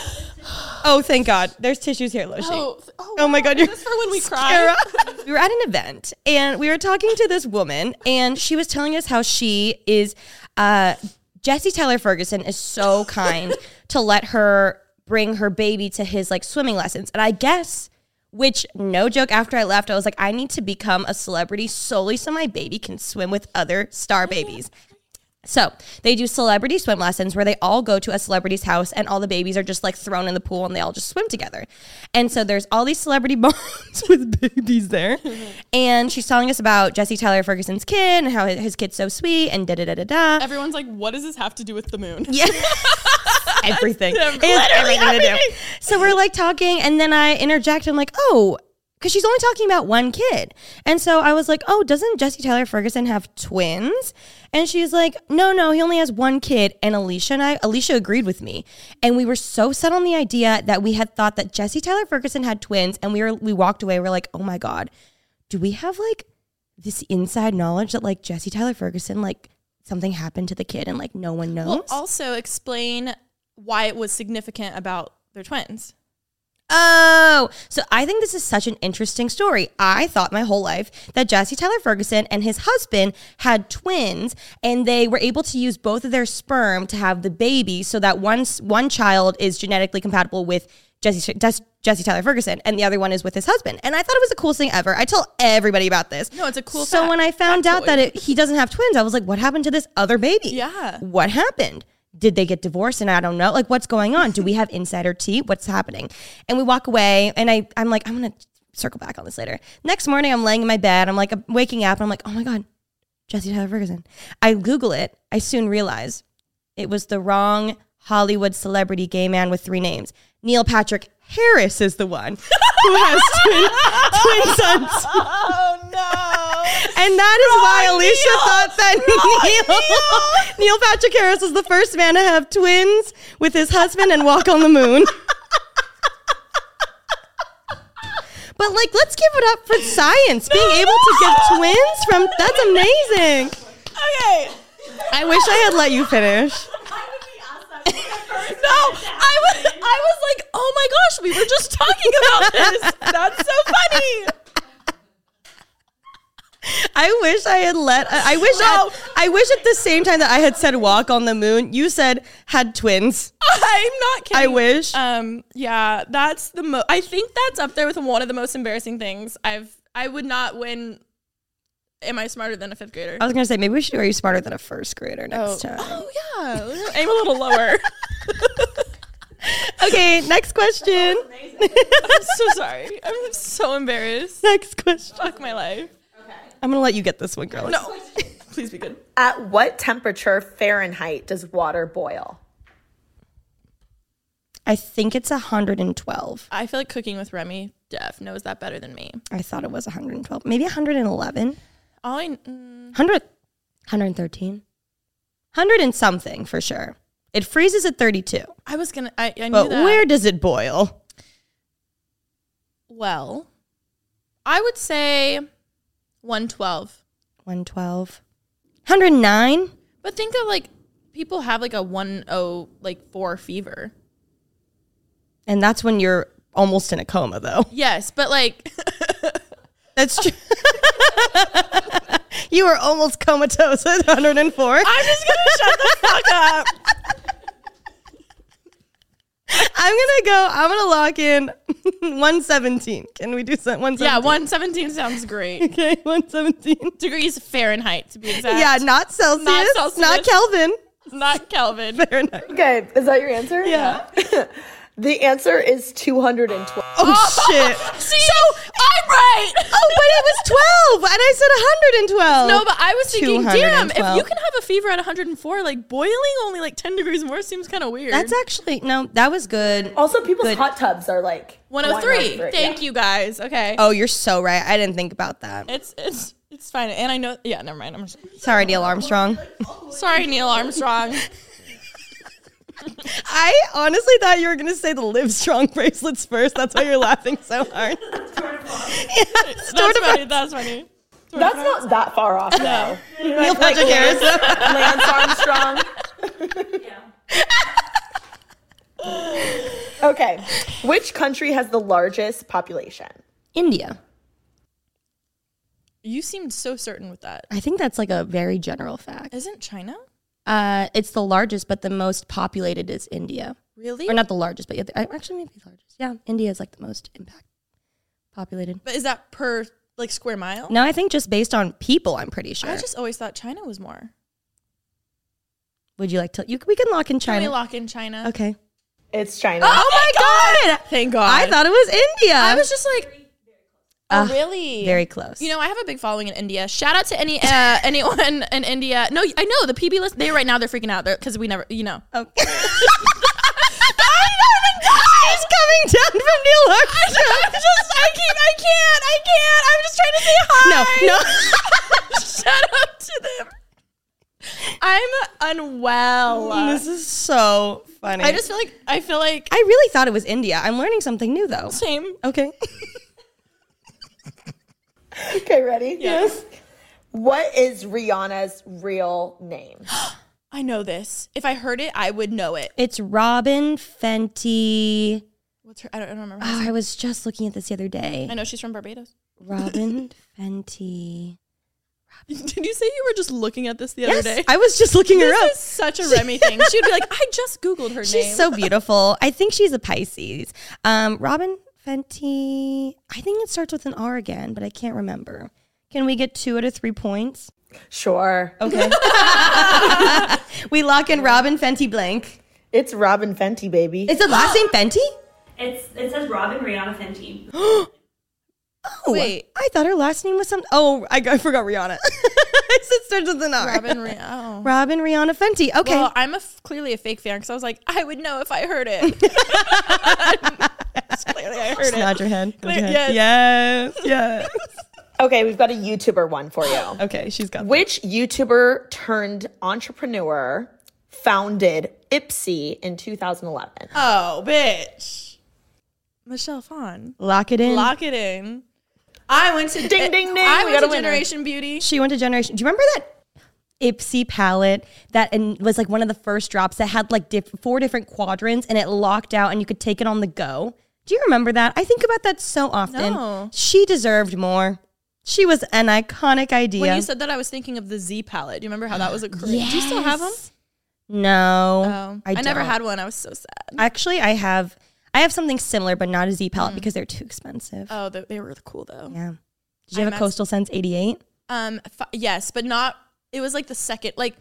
Oh, thank God. There's tissues here, Loshi. Oh, oh, Oh my God, you're Just for when we cry. Sarah, we were at an event and we were talking to this woman, and she was telling us how she is. Uh, Jesse Tyler Ferguson is so kind to let her bring her baby to his like swimming lessons. And I guess, which no joke, after I left, I was like, I need to become a celebrity solely so my baby can swim with other star babies. So they do celebrity swim lessons where they all go to a celebrity's house and all the babies are just like thrown in the pool and they all just swim together. And so there's all these celebrity moms with babies there. And she's telling us about Jesse Tyler Ferguson's kid and how his, his kid's so sweet and da da da da da. Everyone's like, what does this have to do with the moon? Yeah. everything. It has everything, to do. So we're like talking, and then I interject. I'm like, oh, because she's only talking about one kid. And so I was like, oh, doesn't Jesse Tyler Ferguson have twins? And she's like, no, no, he only has one kid. And Alicia and I, Alicia agreed with me. And we were so set on the idea that we had thought that Jesse Tyler Ferguson had twins. And we were, we walked away. We we're like, oh my God, do we have like this inside knowledge that like Jesse Tyler Ferguson, like, Something happened to the kid and like no one knows. Well, also explain why it was significant about their twins. Oh, so I think this is such an interesting story. I thought my whole life that Jesse Tyler Ferguson and his husband had twins and they were able to use both of their sperm to have the baby so that once one child is genetically compatible with Jesse, Jesse Tyler Ferguson and the other one is with his husband. And I thought it was the coolest thing ever. I tell everybody about this. No, it's a cool So fact. when I found out that Absolutely. it, he doesn't have twins, I was like, what happened to this other baby? Yeah. What happened? did they get divorced and I don't know? Like what's going on? Do we have insider tea? What's happening? And we walk away and I I'm like, I'm gonna circle back on this later. Next morning I'm laying in my bed, I'm like I'm waking up, and I'm like, oh my God, Jesse Tyler Ferguson. I Google it, I soon realize it was the wrong Hollywood celebrity gay man with three names. Neil Patrick Harris is the one who has twin, twin sons. Oh no! And that is why Alicia thought that Neil, Neil Patrick Harris was the first man to have twins with his husband and walk on the moon. But like, let's give it up for science. Being able to get twins from that's amazing. okay. I wish I had let you finish. No, I was. I was like, oh my gosh, we were just talking about this. That's so funny. I wish I had let. I, I wish. I, I wish at the same time that I had said walk on the moon, you said had twins. I'm not kidding. I wish. Um, yeah, that's the most. I think that's up there with one of the most embarrassing things. I've. I would not win. Am I smarter than a fifth grader? I was gonna say maybe we should. Are you smarter than a first grader next time? Oh yeah, aim a little lower. Okay, next question. I'm so sorry. I'm so embarrassed. Next question. Fuck my life. I'm gonna let you get this one, girl. No, please be good. At what temperature Fahrenheit does water boil? I think it's 112. I feel like cooking with Remy. Def knows that better than me. I thought it was 112. Maybe 111. All I mm, 100, 113. 100 and something for sure. It freezes at 32. I was gonna. I, I knew But that. where does it boil? Well, I would say one twelve. 112. 109? But think of like people have like a one oh like four fever. And that's when you're almost in a coma, though. Yes, but like That's true. you were almost comatose at 104. I'm just gonna shut the fuck up. I'm gonna go. I'm gonna lock in 117. Can we do some? 117? Yeah, one seventeen sounds great. Okay, 117. Degrees Fahrenheit to be exact. Yeah, not Celsius, Not not, Celsius. Kelvin. not Kelvin. Fahrenheit. Okay, is that your answer? Yeah. The answer is 212. Oh shit. See, so I'm right. Oh, but it was 12, and I said 112. No, but I was thinking, damn, if 212. you can have a fever at 104, like boiling only like 10 degrees more seems kind of weird. that's actually no. That was good. Also, people's Good. hot tubs are like 103. 103, Thank yeah. you guys. Okay. Oh, you're so right. I didn't think about that. It's it's it's fine. And I know yeah, never mind. I'm just, Sorry, Neil Armstrong. sorry, Neil Armstrong. I honestly thought you were gonna say the Live Strong bracelets first. That's why you're laughing so hard. yes, Tour That's de funny. France. That's funny. That's not that far off, though. Neil Patrick Harris. Lance Armstrong. okay. Which country has the largest population? India. You seemed so certain with that. I think that's like a very general fact. Isn't China? Uh, it's the largest, but the most populated is India. Really? Or not the largest, but yeah, the- actually maybe the largest. Yeah, India is like the most impact populated. But is that per like square mile? No, I think just based on people, I'm pretty sure. I just always thought China was more. Would you like to? You, we can lock in China. Can we lock in China? Okay. It's China. Oh, my god! Thank God. I thought it was India. I was just like, oh, Ah, really? very close. You know, I have a big following in India. Shout out to any uh, anyone in India. No, I know the PB list. They right now they're freaking out because we never, you know. Okay. Oh. She's coming down from New York. I, am just, I can't, I can't, I can't. I'm just trying to say hi. No, no. Shout out to them. I'm unwell. This is so funny. I just feel like I feel like I really thought it was India. I'm learning something new though. same. Okay. Okay, ready? Yes. What is Rihanna's real name? I know this. If I heard it, I would know it. It's Robin Fenty. What's her? I don't, I don't remember. Oh, I was just looking at this the other day. I know she's from Barbados. Robin Fenty. Did you say you were just looking at this the Yes, other day? I was just looking her this up. is such a Remy thing. She'd be like, I just Googled her name. She's so beautiful. I think she's a Pisces. Um, Robin Fenty. I think it starts with an R again, but I can't remember. Can we get two out of three points? Sure. Okay. we lock in Robin Fenty blank. It's Robin Fenty, baby. Is the last name Fenty? It's it says Robin Rihanna Fenty. Oh, Wait. I thought her last name was some. Oh, I, I forgot Rihanna. I said starts with an R. Robin Rih- oh. Robin Rihanna Fenty. Okay. Well, I'm a f- clearly a fake fan because I was like, I would know if I heard it. It's clearly, I heard Just it. nod your head. Nod Clear- your head. Yes. Yes. Okay, we've got a YouTuber one for you. okay, she's got. Which YouTuber turned entrepreneur founded Ipsy in 2011? Oh, bitch. Michelle Phan. Lock it in. Lock it in. I went to Ding, ding, ding. I We went got to a winner. Generation Beauty. She went to Generation. Do you remember that Ipsy palette that and was like one of the first drops that had like diff- four different quadrants and it locked out and you could take it on the go? Do you remember that? I think about that so often. No. She deserved more. She was an iconic idea. When you said that, I was thinking of the Z palette. Do you remember how that was a career? Do you still have them? no, Oh, I, never don't. had one. I was so sad. Actually, I have. I have something similar, but not a Z palette because they're too expensive. Oh, they, they were cool though. Yeah. Did you have I a messed- Coastal Sense 88? Um, f- yes, but not. It was like the second, like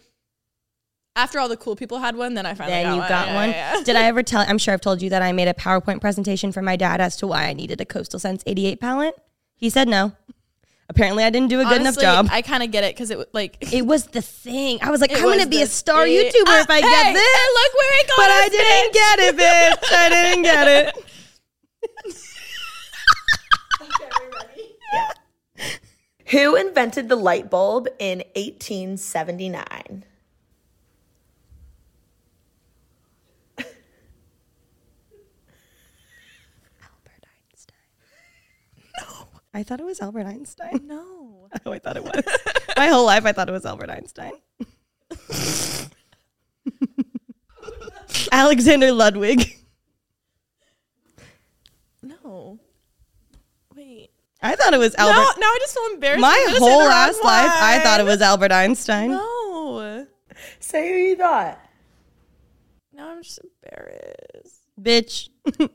after all the cool people had one, then I finally Then got you one. got Yeah, one. yeah, yeah. Did I ever tell? I'm sure I've told you that I made a PowerPoint presentation for my dad as to why I needed a Coastal Sense 88 palette. He said no. Apparently, I didn't do a good enough Honestly, job. I kind of get it because it was like it was the thing. I was like, It I'm gonna was be the a star thing. YouTuber if Uh, I hey, get this. and look where it got But I us, didn't get it, bitch. I didn't get it. Who invented the light bulb in 1879? I thought it was Albert Einstein. no. Oh, I thought it was. my whole life, I thought it was Albert Einstein. Alexander Ludwig. No. Wait. I thought it was No, Albert. now I just feel embarrassed. my I just said the whole wrong last life, I thought it one. was Albert Einstein. No. Say who you thought. Now I'm just embarrassed. Bitch,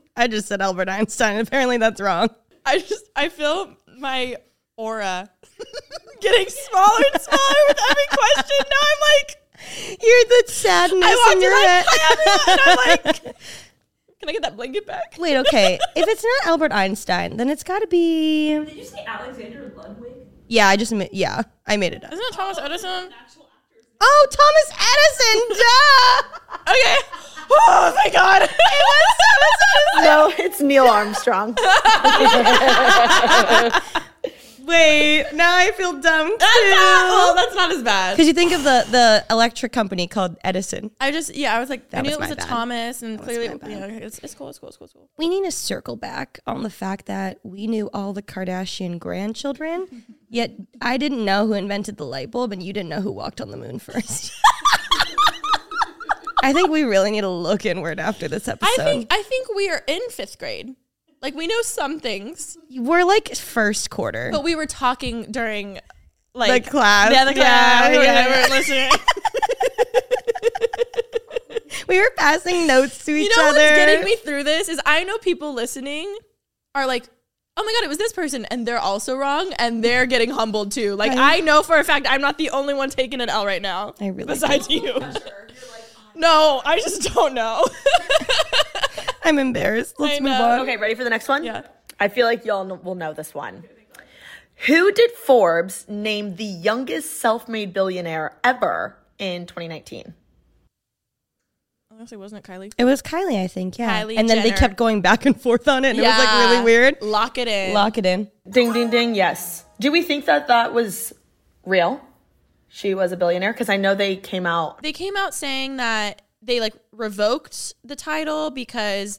I just said Albert Einstein. Apparently, that's wrong. I just I feel my aura getting smaller and smaller with every question. Now I'm like You're the sadness I walked in in your head. like I am it, and I'm like, can I get that blanket back? Wait, okay. if it's not Albert Einstein, then it's got to be. Did you say Alexander Ludwig? Yeah, I just ma- yeah, I made it up. Isn't it Thomas Edison? Oh, Thomas Edison. Duh. Okay. Oh my god. It was Thomas Edison. No, it's Neil Armstrong. Wait, now I feel dumb That's not, well, too. oh, that's not as bad. Because you think of the the electric company called Edison. I just yeah, I was like I That knew was it was my a bad. Thomas and clearly my bad. yeah, okay, it's, it's cool, it's cool, it's cool, it's cool. We need to circle back on the fact that we knew all the Kardashian grandchildren, yet I didn't know who invented the light bulb and you didn't know who walked on the moon first. I think we really need to look inward after this I episode. think I think we are in fifth grade. Like we know some things, We're like first quarter. but we were talking during The like class. Yeah, the Yeah, class. Yeah, yeah, we yeah. were listening. we were passing notes to each you know other. what's getting me through this is I know people listening are like, oh my god, it was this person, and they're also wrong, and they're getting humbled too. Like I, know for a fact I'm not the only one taking an L right now. I really besides you. no, I just don't know. I'm embarrassed. Let's I move know. on. Okay, ready for the next one? Yeah. I feel like y'all kn- will know this one. Who did Forbes name the youngest self made billionaire ever in 2019? Honestly, wasn't it Kylie? It was Kylie, I think. Yeah. Kylie and then they Jenner. kept going back and forth on it, and it was like Yeah. really weird. Lock it in. Lock it in. Ding, ding, ding. Yes. Do we think that that was real? She was a billionaire? Because I know they came out. They came out saying that they like revoked the title because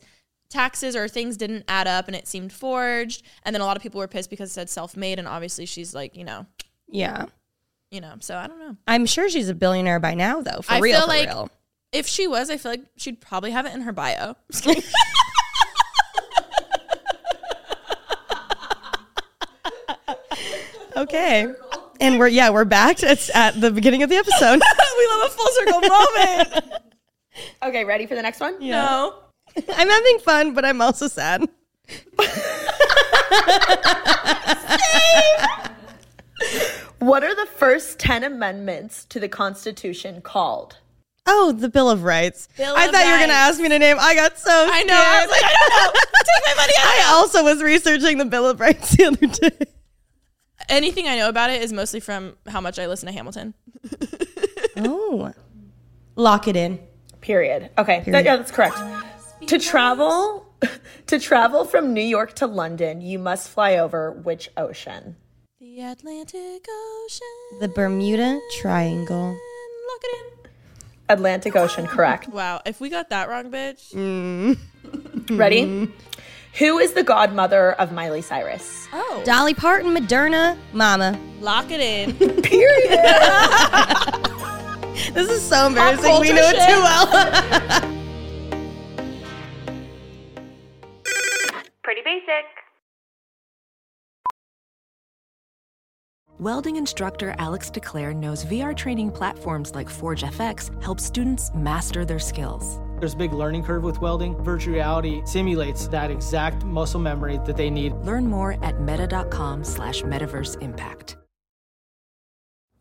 taxes or things didn't add up and it seemed forged. And then a lot of people were pissed because it said self made. And obviously she's like, you know, Yeah. you know, so I don't know. I'm sure she's a billionaire by now, though. For I real, feel for like real. if she was, I feel like she'd probably have it in her bio. Okay. And we're yeah we're back. It's at the beginning of the episode. we love a full circle moment. Okay, ready for the next one? No. I'm having fun, but I'm also sad. What are the first 10 amendments to the Constitution called? Oh, the Bill of Rights. Bill I of thought you were gonna Rights. ask me to name. I got so. I know. I was like, I don't know. Take my money. I, I also was researching the Bill of Rights the other day. Anything I know about it is mostly from how much I listen to Hamilton. Oh, lock it in. Period. Okay, that, yeah, that's correct. To travel, to travel from New York to London, you must fly over which ocean? The Atlantic Ocean. The Bermuda Triangle. Atlantic Ocean, correct. Wow. If we got that wrong, bitch. Mm. Ready? Who is the godmother of Miley Cyrus? Oh. Dolly Parton, Moderna, Mama. Lock it in. This is so embarrassing. Pop We culture know it shit. too well. Pretty basic. Welding instructor Alex DeClaire knows VR training platforms like ForgeFX help students master their skills. There's a big learning curve with welding. Virtual reality simulates that exact muscle memory that they need. Learn more at meta.com slash metaverse impact.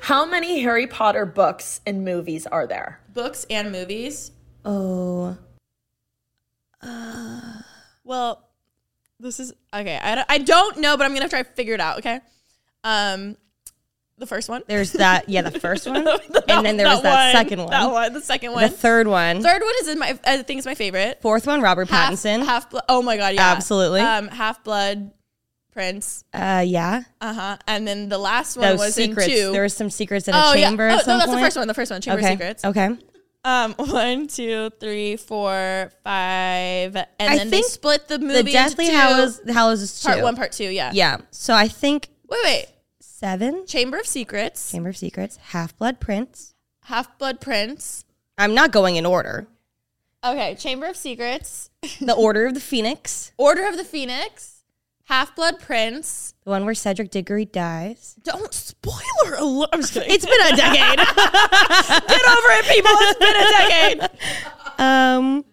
How many Harry Potter books and movies are there? Books and movies. Oh, Well, this is okay. I don't, I don't know, but I'm gonna try to figure it out. Okay. Um, the first one. there's that. Yeah, the first one, That- and then there was that second one. That one. The second one. The third one. Third one is in my. I think it's my favorite. Fourth one, Robert Half- Pattinson. Half. Blo- oh my god. Yeah. Absolutely. Um, Half Blood Prince. uh, yeah. Uh huh. And then the last one Those was secrets. in two. There was some secrets in a chamber Yeah. at Oh, some no, that's point. the first one. The first one. Chamber of okay. Secrets. Okay. Um, one, two, three, four, five, and I then they think split the movie. the Deathly into two, Hallows, Hallows is part two. one, part two. Yeah. Yeah. So I think Wait, wait. seven. Chamber of Secrets. Chamber of Secrets, Half Blood Prince. Half Blood Prince. I'm not going in order. Okay, Chamber of Secrets. The Order of the Phoenix, Order of the Phoenix. Half Blood Prince. the one where Cedric Diggory dies. Don't spoiler alert. I'm just kidding. It's been a decade. Get over it, people. It's been a decade. um,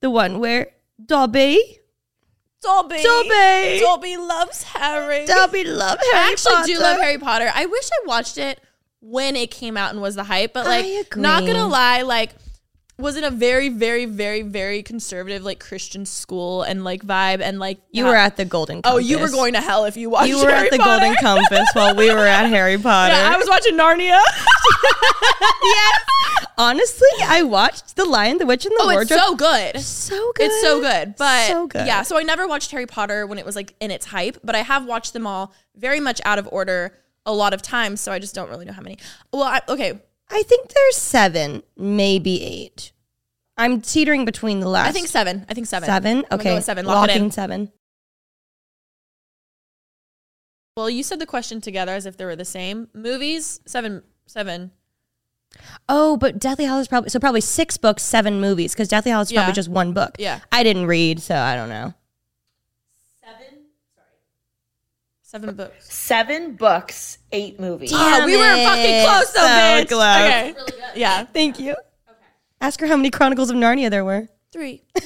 the one where Dobby. Dobby. Dobby. Dobby loves Harry. Dobby love I Harry actually do Potter. love Harry Potter. I wish I watched it when it came out and was the hype, but like, I agree. not gonna lie, like was in a very, very, very, very conservative like Christian school and like vibe and like you were at the Golden. Compass. Oh, you were going to hell if you watched. You were Harry at the Potter. Golden Compass while we were at Harry Potter. Yeah, I was watching Narnia. yes. Honestly, I watched The Lion, the Witch, and the oh, Wardrobe. it's so good. So good. It's so good. But So good. yeah, so I never watched Harry Potter when it was like in its hype, but I have watched them all very much out of order a lot of times, so I just don't really know how many. Well, I, okay. I think there's seven, maybe eight. I'm teetering between the last. I think seven. I think seven. Seven. I'm Okay. gonna go with seven. Lock it Locking in. seven. Well, you said the question together as if they were the same. Movies, seven, seven. Oh, but Deathly Hallows probably so probably six books, seven movies because Deathly Hallows is Yeah. probably just one book. Yeah. I didn't read, so I don't know. Seven books. Seven books, eight movies. Ah, we were fucking close though, so bitch. close. Okay. Yeah. Thank you. Ask her how many Chronicles of Narnia there were. Three. I'm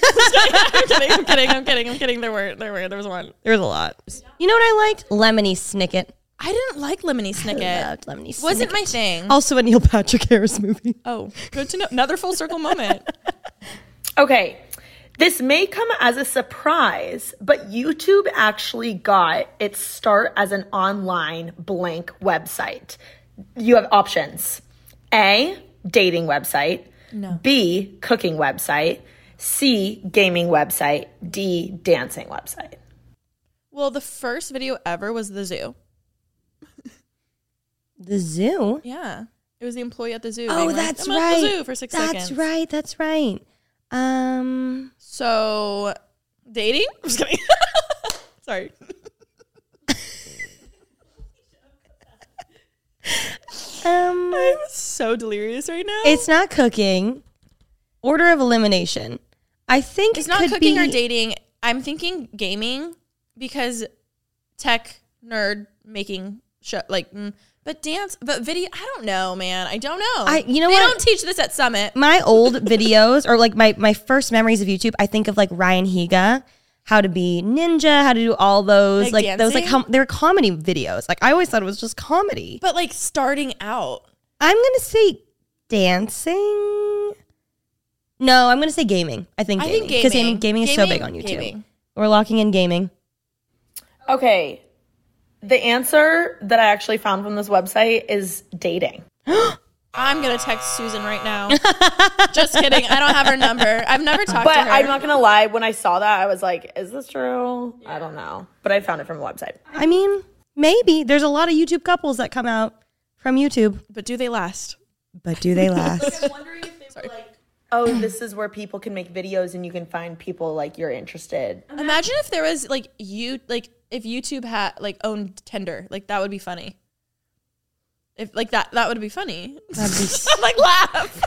kidding. I'm kidding. I'm kidding. I'm kidding. There were. There were. There was one. There was a lot. You know what I liked? Lemony Snicket. I didn't like Lemony loved Snicket. Lemony Wasn't my thing. Also a Neil Patrick Harris movie. oh, good to know. Another full circle moment. Okay. This may come as a surprise, but YouTube actually got its start as an online blank website. You have options A, dating website, B, cooking website, C, gaming website, D, dancing website. Well, the first video ever was the zoo. The zoo. Yeah. It was the employee at the zoo. being Oh, like, that's "I'm at right. the zoo for six that's seconds. right. That's right. Um, So, dating? I'm just kidding. Sorry. um, I'm so delirious right now. it's not cooking. Order of elimination. I think It's it not could cooking or be- dating. I'm thinking gaming because tech nerd making show like mm, but dance but video I don't know man I don't know I- you know they what? don't teach this at summit my old videos or like my my first memories of YouTube, I think of like Ryan Higa, how to be ninja, how to do all those Like like, those like dancing? com- they're comedy videos. Like I always thought it was just comedy. but like starting out I'm gonna say dancing. No, I'm gonna say gaming. I think I gaming think because gaming. gaming, gaming is so Gaming, big on YouTube. gaming. We're locking in gaming. Okay. The answer that I actually found from this website is dating. I'm gonna text Susan right now just kidding I don't have her number I've never talked But to her I'm not gonna lie, when I saw that, I was like, is this true? I don't know. But I found it from a website. I mean, maybe there's a lot of YouTube couples that come out from YouTube, but do they last but do they last? oh, this is where people can make videos and you can find people like you're interested. imagine if there was like you like if YouTube had like owned Tinder like that would be funny if like that that would be funny That'd be s- like laugh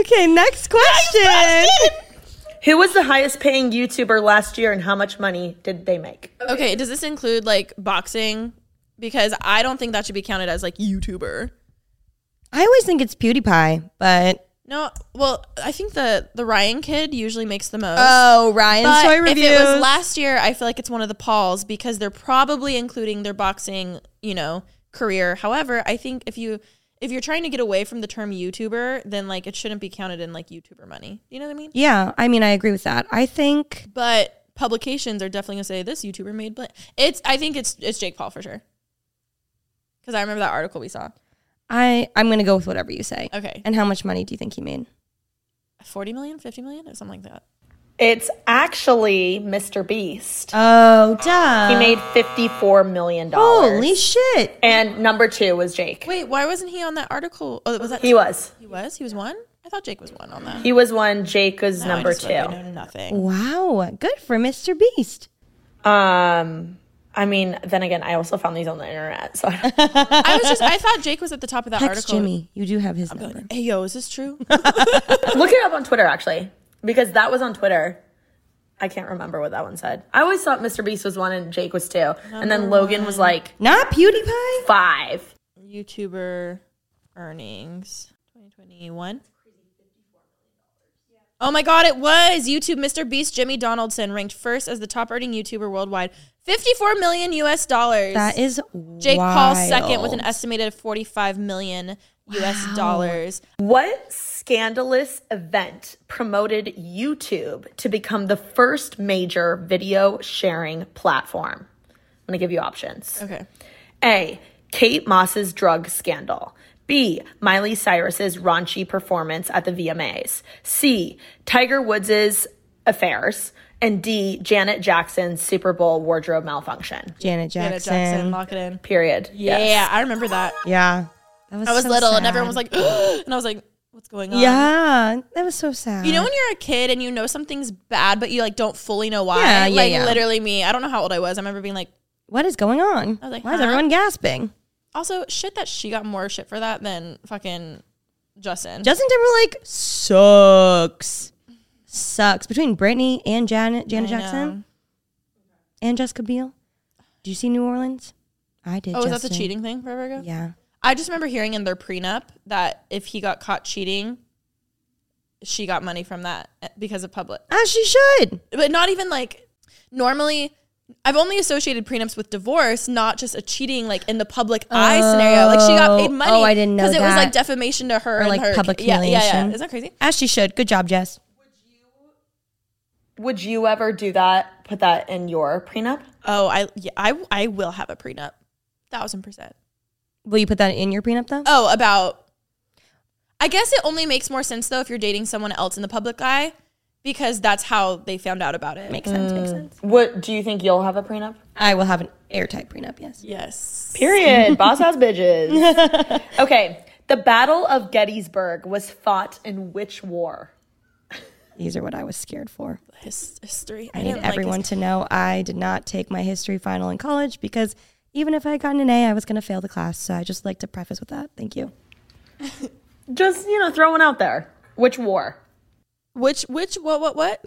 okay, next question. Who was the highest paying YouTuber last year and how much money did they make? Okay. does this include like boxing? Because I don't think that should be counted as like YouTuber. I always think it's PewDiePie, but No, well, I think the the Ryan kid usually makes the most. oh, Ryan's but toy if reviews. it was last year, I feel like it's one of the Pauls because they're probably including their boxing, you know, career. However, I think if you if you're trying to get away from the term YouTuber, then like it shouldn't be counted in like YouTuber money. You know what I mean? yeah, I mean, I agree with that. I think But publications are definitely gonna say this YouTuber made. Bl-. It's I think it's it's Jake Paul for sure. Because I remember that article we saw. I I'm gonna go with whatever you say. Okay. And how much money do you think he made? 40 million, 50 million, or something like that. It's actually Mr. Beast. Oh, duh. Uh, He made $54 million. Holy shit! And number two was Jake. Wait, why wasn't he on that article? Oh, was that He was. He was. He was one. I thought Jake was one on that. He was one, Jake was No, I number just two. fucking know nothing. Wow, good for Mr. Beast. Um, I mean, then again, I also found these on the internet. So I don't- I was just. I thought Jake was at the top of that Text article. Jimmy. You do have his number. Hey yo, is this true? look it up on Twitter actually, because that was on Twitter. I can't remember what that one said. I always thought Mr. Beast was one and Jake was two, and then Logan was like Not PewDiePie. five. YouTuber earnings 2021. Oh my God, it was YouTube Mr. Beast Jimmy Donaldson ranked first as the top earning YouTuber worldwide, 54 million US dollars. That is Jake Paul second wild. with an estimated 45 million US dollars. What scandalous event promoted YouTube to become the first major video sharing platform? I'm going to give you options. Okay. A. Kate Moss's drug scandal. B. Miley Cyrus's raunchy performance at the VMAs. C. Tiger Woods' affairs. And D. Janet Jackson's Super Bowl wardrobe malfunction. Janet Janet Jackson. Jackson, lock it in. Period. Yeah, Yes. I remember that. Yeah. I was so little and sad. everyone was like, and I was like, what's going on? Yeah, that was so sad. You know when you're a kid and you know something's bad, but you like don't fully know why. Yeah, yeah, like yeah. literally me. I don't know how old I was. I remember being like, what is going on? I was like, Why is huh? everyone gasping? also shit that she got more shit for that than fucking Justin. Justin Timberlake sucks. Sucks. Between Britney and Janet Janet I know. Jackson and Jessica Biel. Did you see New Orleans? I did. Oh, was that the Justin. cheating thing forever ago? Yeah. I just remember hearing in their prenup that if he got caught cheating, she got money from that eh, because of public. As she should. But not even like normally. I've only associated prenups with divorce, not just a cheating like in the public eye scenario. Like she got paid Oh, money. oh, I didn't know because it was that. like defamation to her Or and like her- public yeah, humiliation. yeah, yeah. Isn't that crazy? As she should. Good job, Jess. Would you ever do that? Put that in your prenup? Oh, I yeah, I I will have a prenup, thousand percent. Will you put that in your prenup though? Oh, about. I guess it only makes more sense though if you're dating someone else in the public eye, because that's how they found out about it. Makes sense, makes sense. What do you think you'll have a prenup? I will have an airtight prenup, yes. Yes. Period. Boss house bitches. Okay. The Battle of Gettysburg was fought in which war? These are what I was scared for. His, history. I, I need didn't like everyone his- to know I did not take my history final in college because even if I had gotten an A, I was going to fail the class. So I just like to preface with that. Thank you. Just, you know, throwing out there. Which war? Which which what what what?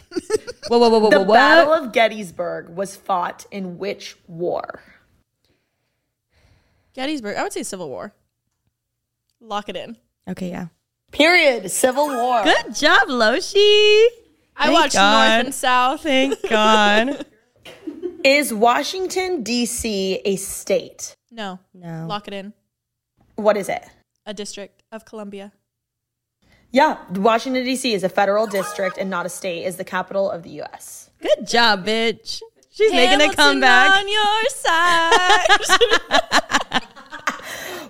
Whoa, whoa, whoa, whoa, the whoa, Battle what? of Gettysburg was fought in which war? Gettysburg. I would say Civil War. Lock it in. Okay, yeah. Period. Civil War. Good job, Loshi. I Thank watched God. North and South. Thank God. Is Washington, D.C. a state? No. No. Lock it in. What is it? A district of Columbia. Yeah, Washington, D.C. is a federal district and not a state, is the capital of the U.S. Good job, bitch. She's making a Hamilton comeback. on your side.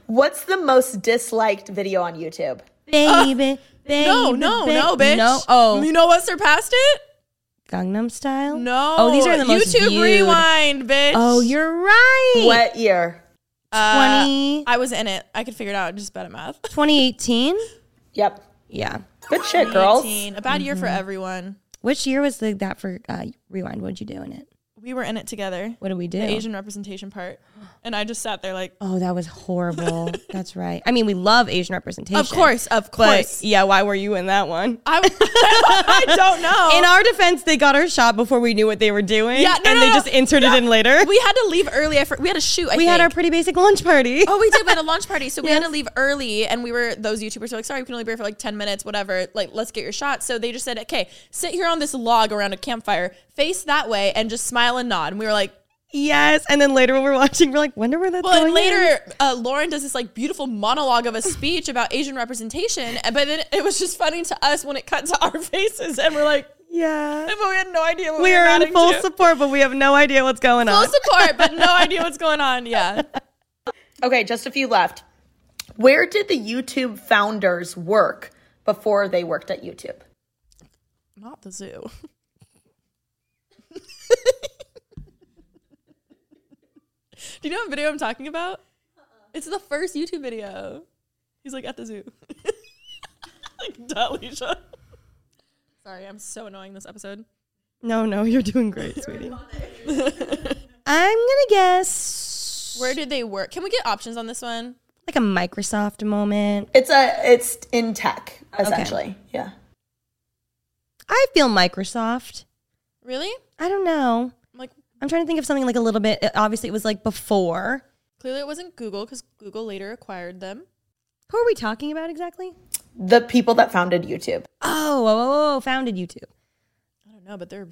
What's the most disliked video on YouTube? Baby, baby. no, no, ba- no, bitch. No, oh. You know what surpassed it? Gangnam Style? No. Oh, these are the most YouTube viewed. Rewind, bitch. Oh, you're right. What year? Uh, 20, I was in it. I could figure it out. Just bad at math. 2018? Yep. Yeah. Good shit, girls. 18. A bad year Mm-hmm. for everyone. Which year was the, that for uh, Rewind? What did you do in it? We were in it together. What did we do? The Asian representation part. And I just sat there like, Oh, that was horrible. That's right. I mean, we love Asian representation. of course, But of course. yeah, why were you in that one? I, I don't know. In our defense, they got our shot before we knew what they were doing. Oh. Yeah, no, and no, they no. just inserted in later. we had to leave early. I for, we had a shoot. I We had our think. pretty basic lunch party. Oh, we did. We had a launch party, so we had to leave early, and we were those YouTubers were like, "Sorry, we can only be here for like ten minutes, whatever. Like, let's get your shot." So they just said, "Okay, sit here on this log around a campfire, face that way, and just smile and nod." And we were like, Yes. And then later when we're watching, we're like, wonder where that's Well, and going. in. later, uh, Lauren does this like beautiful monologue of a speech about Asian representation, and- but then it was just funny to us when it cut to our faces, and we're like, Yeah. but we had no idea. What we, We were are in nodding full to. support, but we have no idea what's going full on. support, but no idea what's going on. Yeah, Okay, just a few left. Where did the YouTube founders work before they worked at YouTube? not the zoo. Do you know what video I'm talking about? It's the first YouTube video. He's like at the zoo. like, duh, Alicia. Sorry, I'm so annoying this episode. no, no, you're doing great, sweetie. I'm gonna guess Where did they work? Can we get options on this one? like a Microsoft moment. It's a it's in tech essentially. Yeah. I feel Microsoft. Really? I don't know. I'm like, I'm trying to think of something like a little bit. uh, Obviously, it was like before. clearly it wasn't Google because Google later acquired them. Who are we talking about exactly? The people that founded YouTube. Oh, oh, oh, oh founded YouTube. I don't know, but they're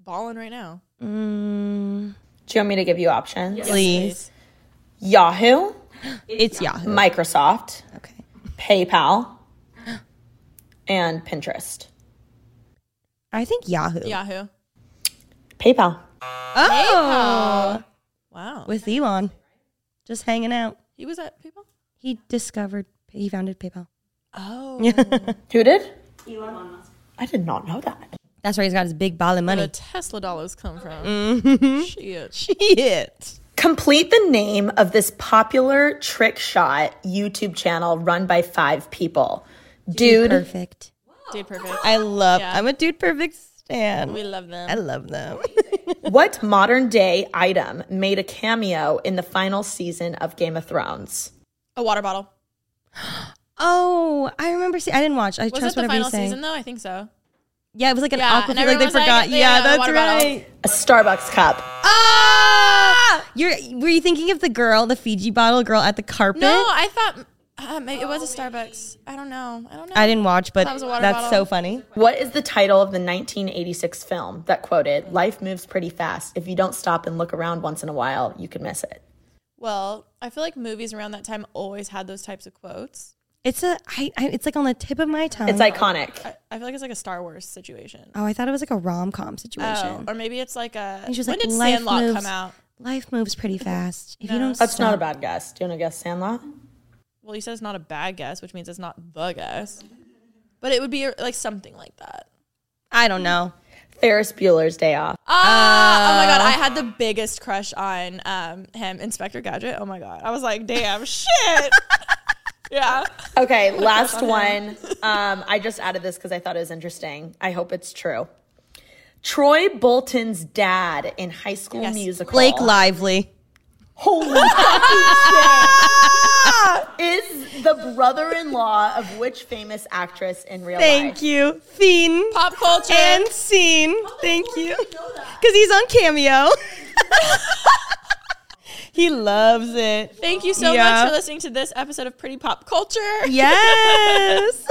balling right now. Mm, Do you want me to give you options? Yes, please. Yahoo. It's Yahoo. Microsoft. Okay. PayPal. And Pinterest. I think Yahoo. Yahoo. PayPal. Oh. PayPal. Wow. With Elon. Just hanging out. He was at PayPal? He discovered, he founded PayPal. Oh. Who did? Elon Musk. I did not know that. That's where he's got his big ball of money. Where the Tesla dollars come from. Mm-hmm. Shit. Shit. Complete the name of this popular trick shot YouTube channel run by five people. Dude, Perfect. Dude perfect. I love, Yeah. I'm a dude perfect stan. We love them. I love them. what modern day item made a cameo in the final season of Game of Thrones? A water bottle. oh, I remember, see, I didn't watch. I Was trust it the whatever final he's saying. season though? I think so. Yeah, it was like an Yeah, awkward, and feel, like they everyone was like, forgot. yeah, yeah, the that's water bottle. right. A Starbucks cup. Ah! You're were you thinking of the girl, the Fiji bottle girl at the carpet? No, I thought uh, maybe it was a Starbucks. I don't know. I don't know. I didn't watch, but That was a water that's bottle. so funny. What is the title of the 1986 film that quoted, Life moves pretty fast. If you don't stop and look around once in a while, you can miss it? Well, I feel like movies around that time always had those types of quotes. It's a, I, I, it's like on the tip of my tongue. It's iconic. I, I feel like it's like a Star Wars situation. oh, I thought it was like a rom com Oh, situation. or maybe it's like a. And she was when like, did "Life Sandlot moves- come out? Life moves pretty fast. If you don't, That's not a stop- bad guess. Do you want to guess Sandlot? Well, you said it's not a bad guess, which means it's not the guess. But it would be like something like that. I don't know. Ferris Bueller's Day Off. Ah, oh my Uh. god, I had the biggest crush on um, him, Inspector Gadget. Oh my god, I was like, damn, shit. yeah. Okay, last one. Um, I just added this because I thought it was interesting. I hope it's true. Troy Bolton's dad in High School Musical. Blake Lively. Holy fucking shit. Is the brother-in-law of which famous actress in real Thank life? you, Fiend Pop culture. and Scene. Thank you, because he's on Cameo. he loves it. Thank you so Yeah. much for listening to this episode of Pretty Pop Culture. Yes.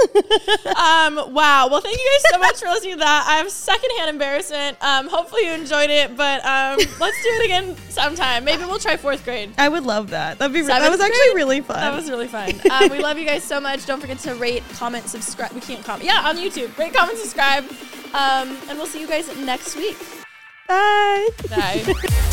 Um, wow. Well, thank you guys so much for listening to that. I have secondhand embarrassment. Um, hopefully you enjoyed it, but um, let's do it again sometime. Maybe we'll try fourth grade. I would love that. That'd be re- that Seventh was actually grade? really fun. That was really fun. Um, we love you guys so much. Don't forget to rate, comment, subscribe. We can't comment. Yeah, on YouTube. Rate, comment, subscribe. Um, and we'll see you guys next week. Bye. Bye.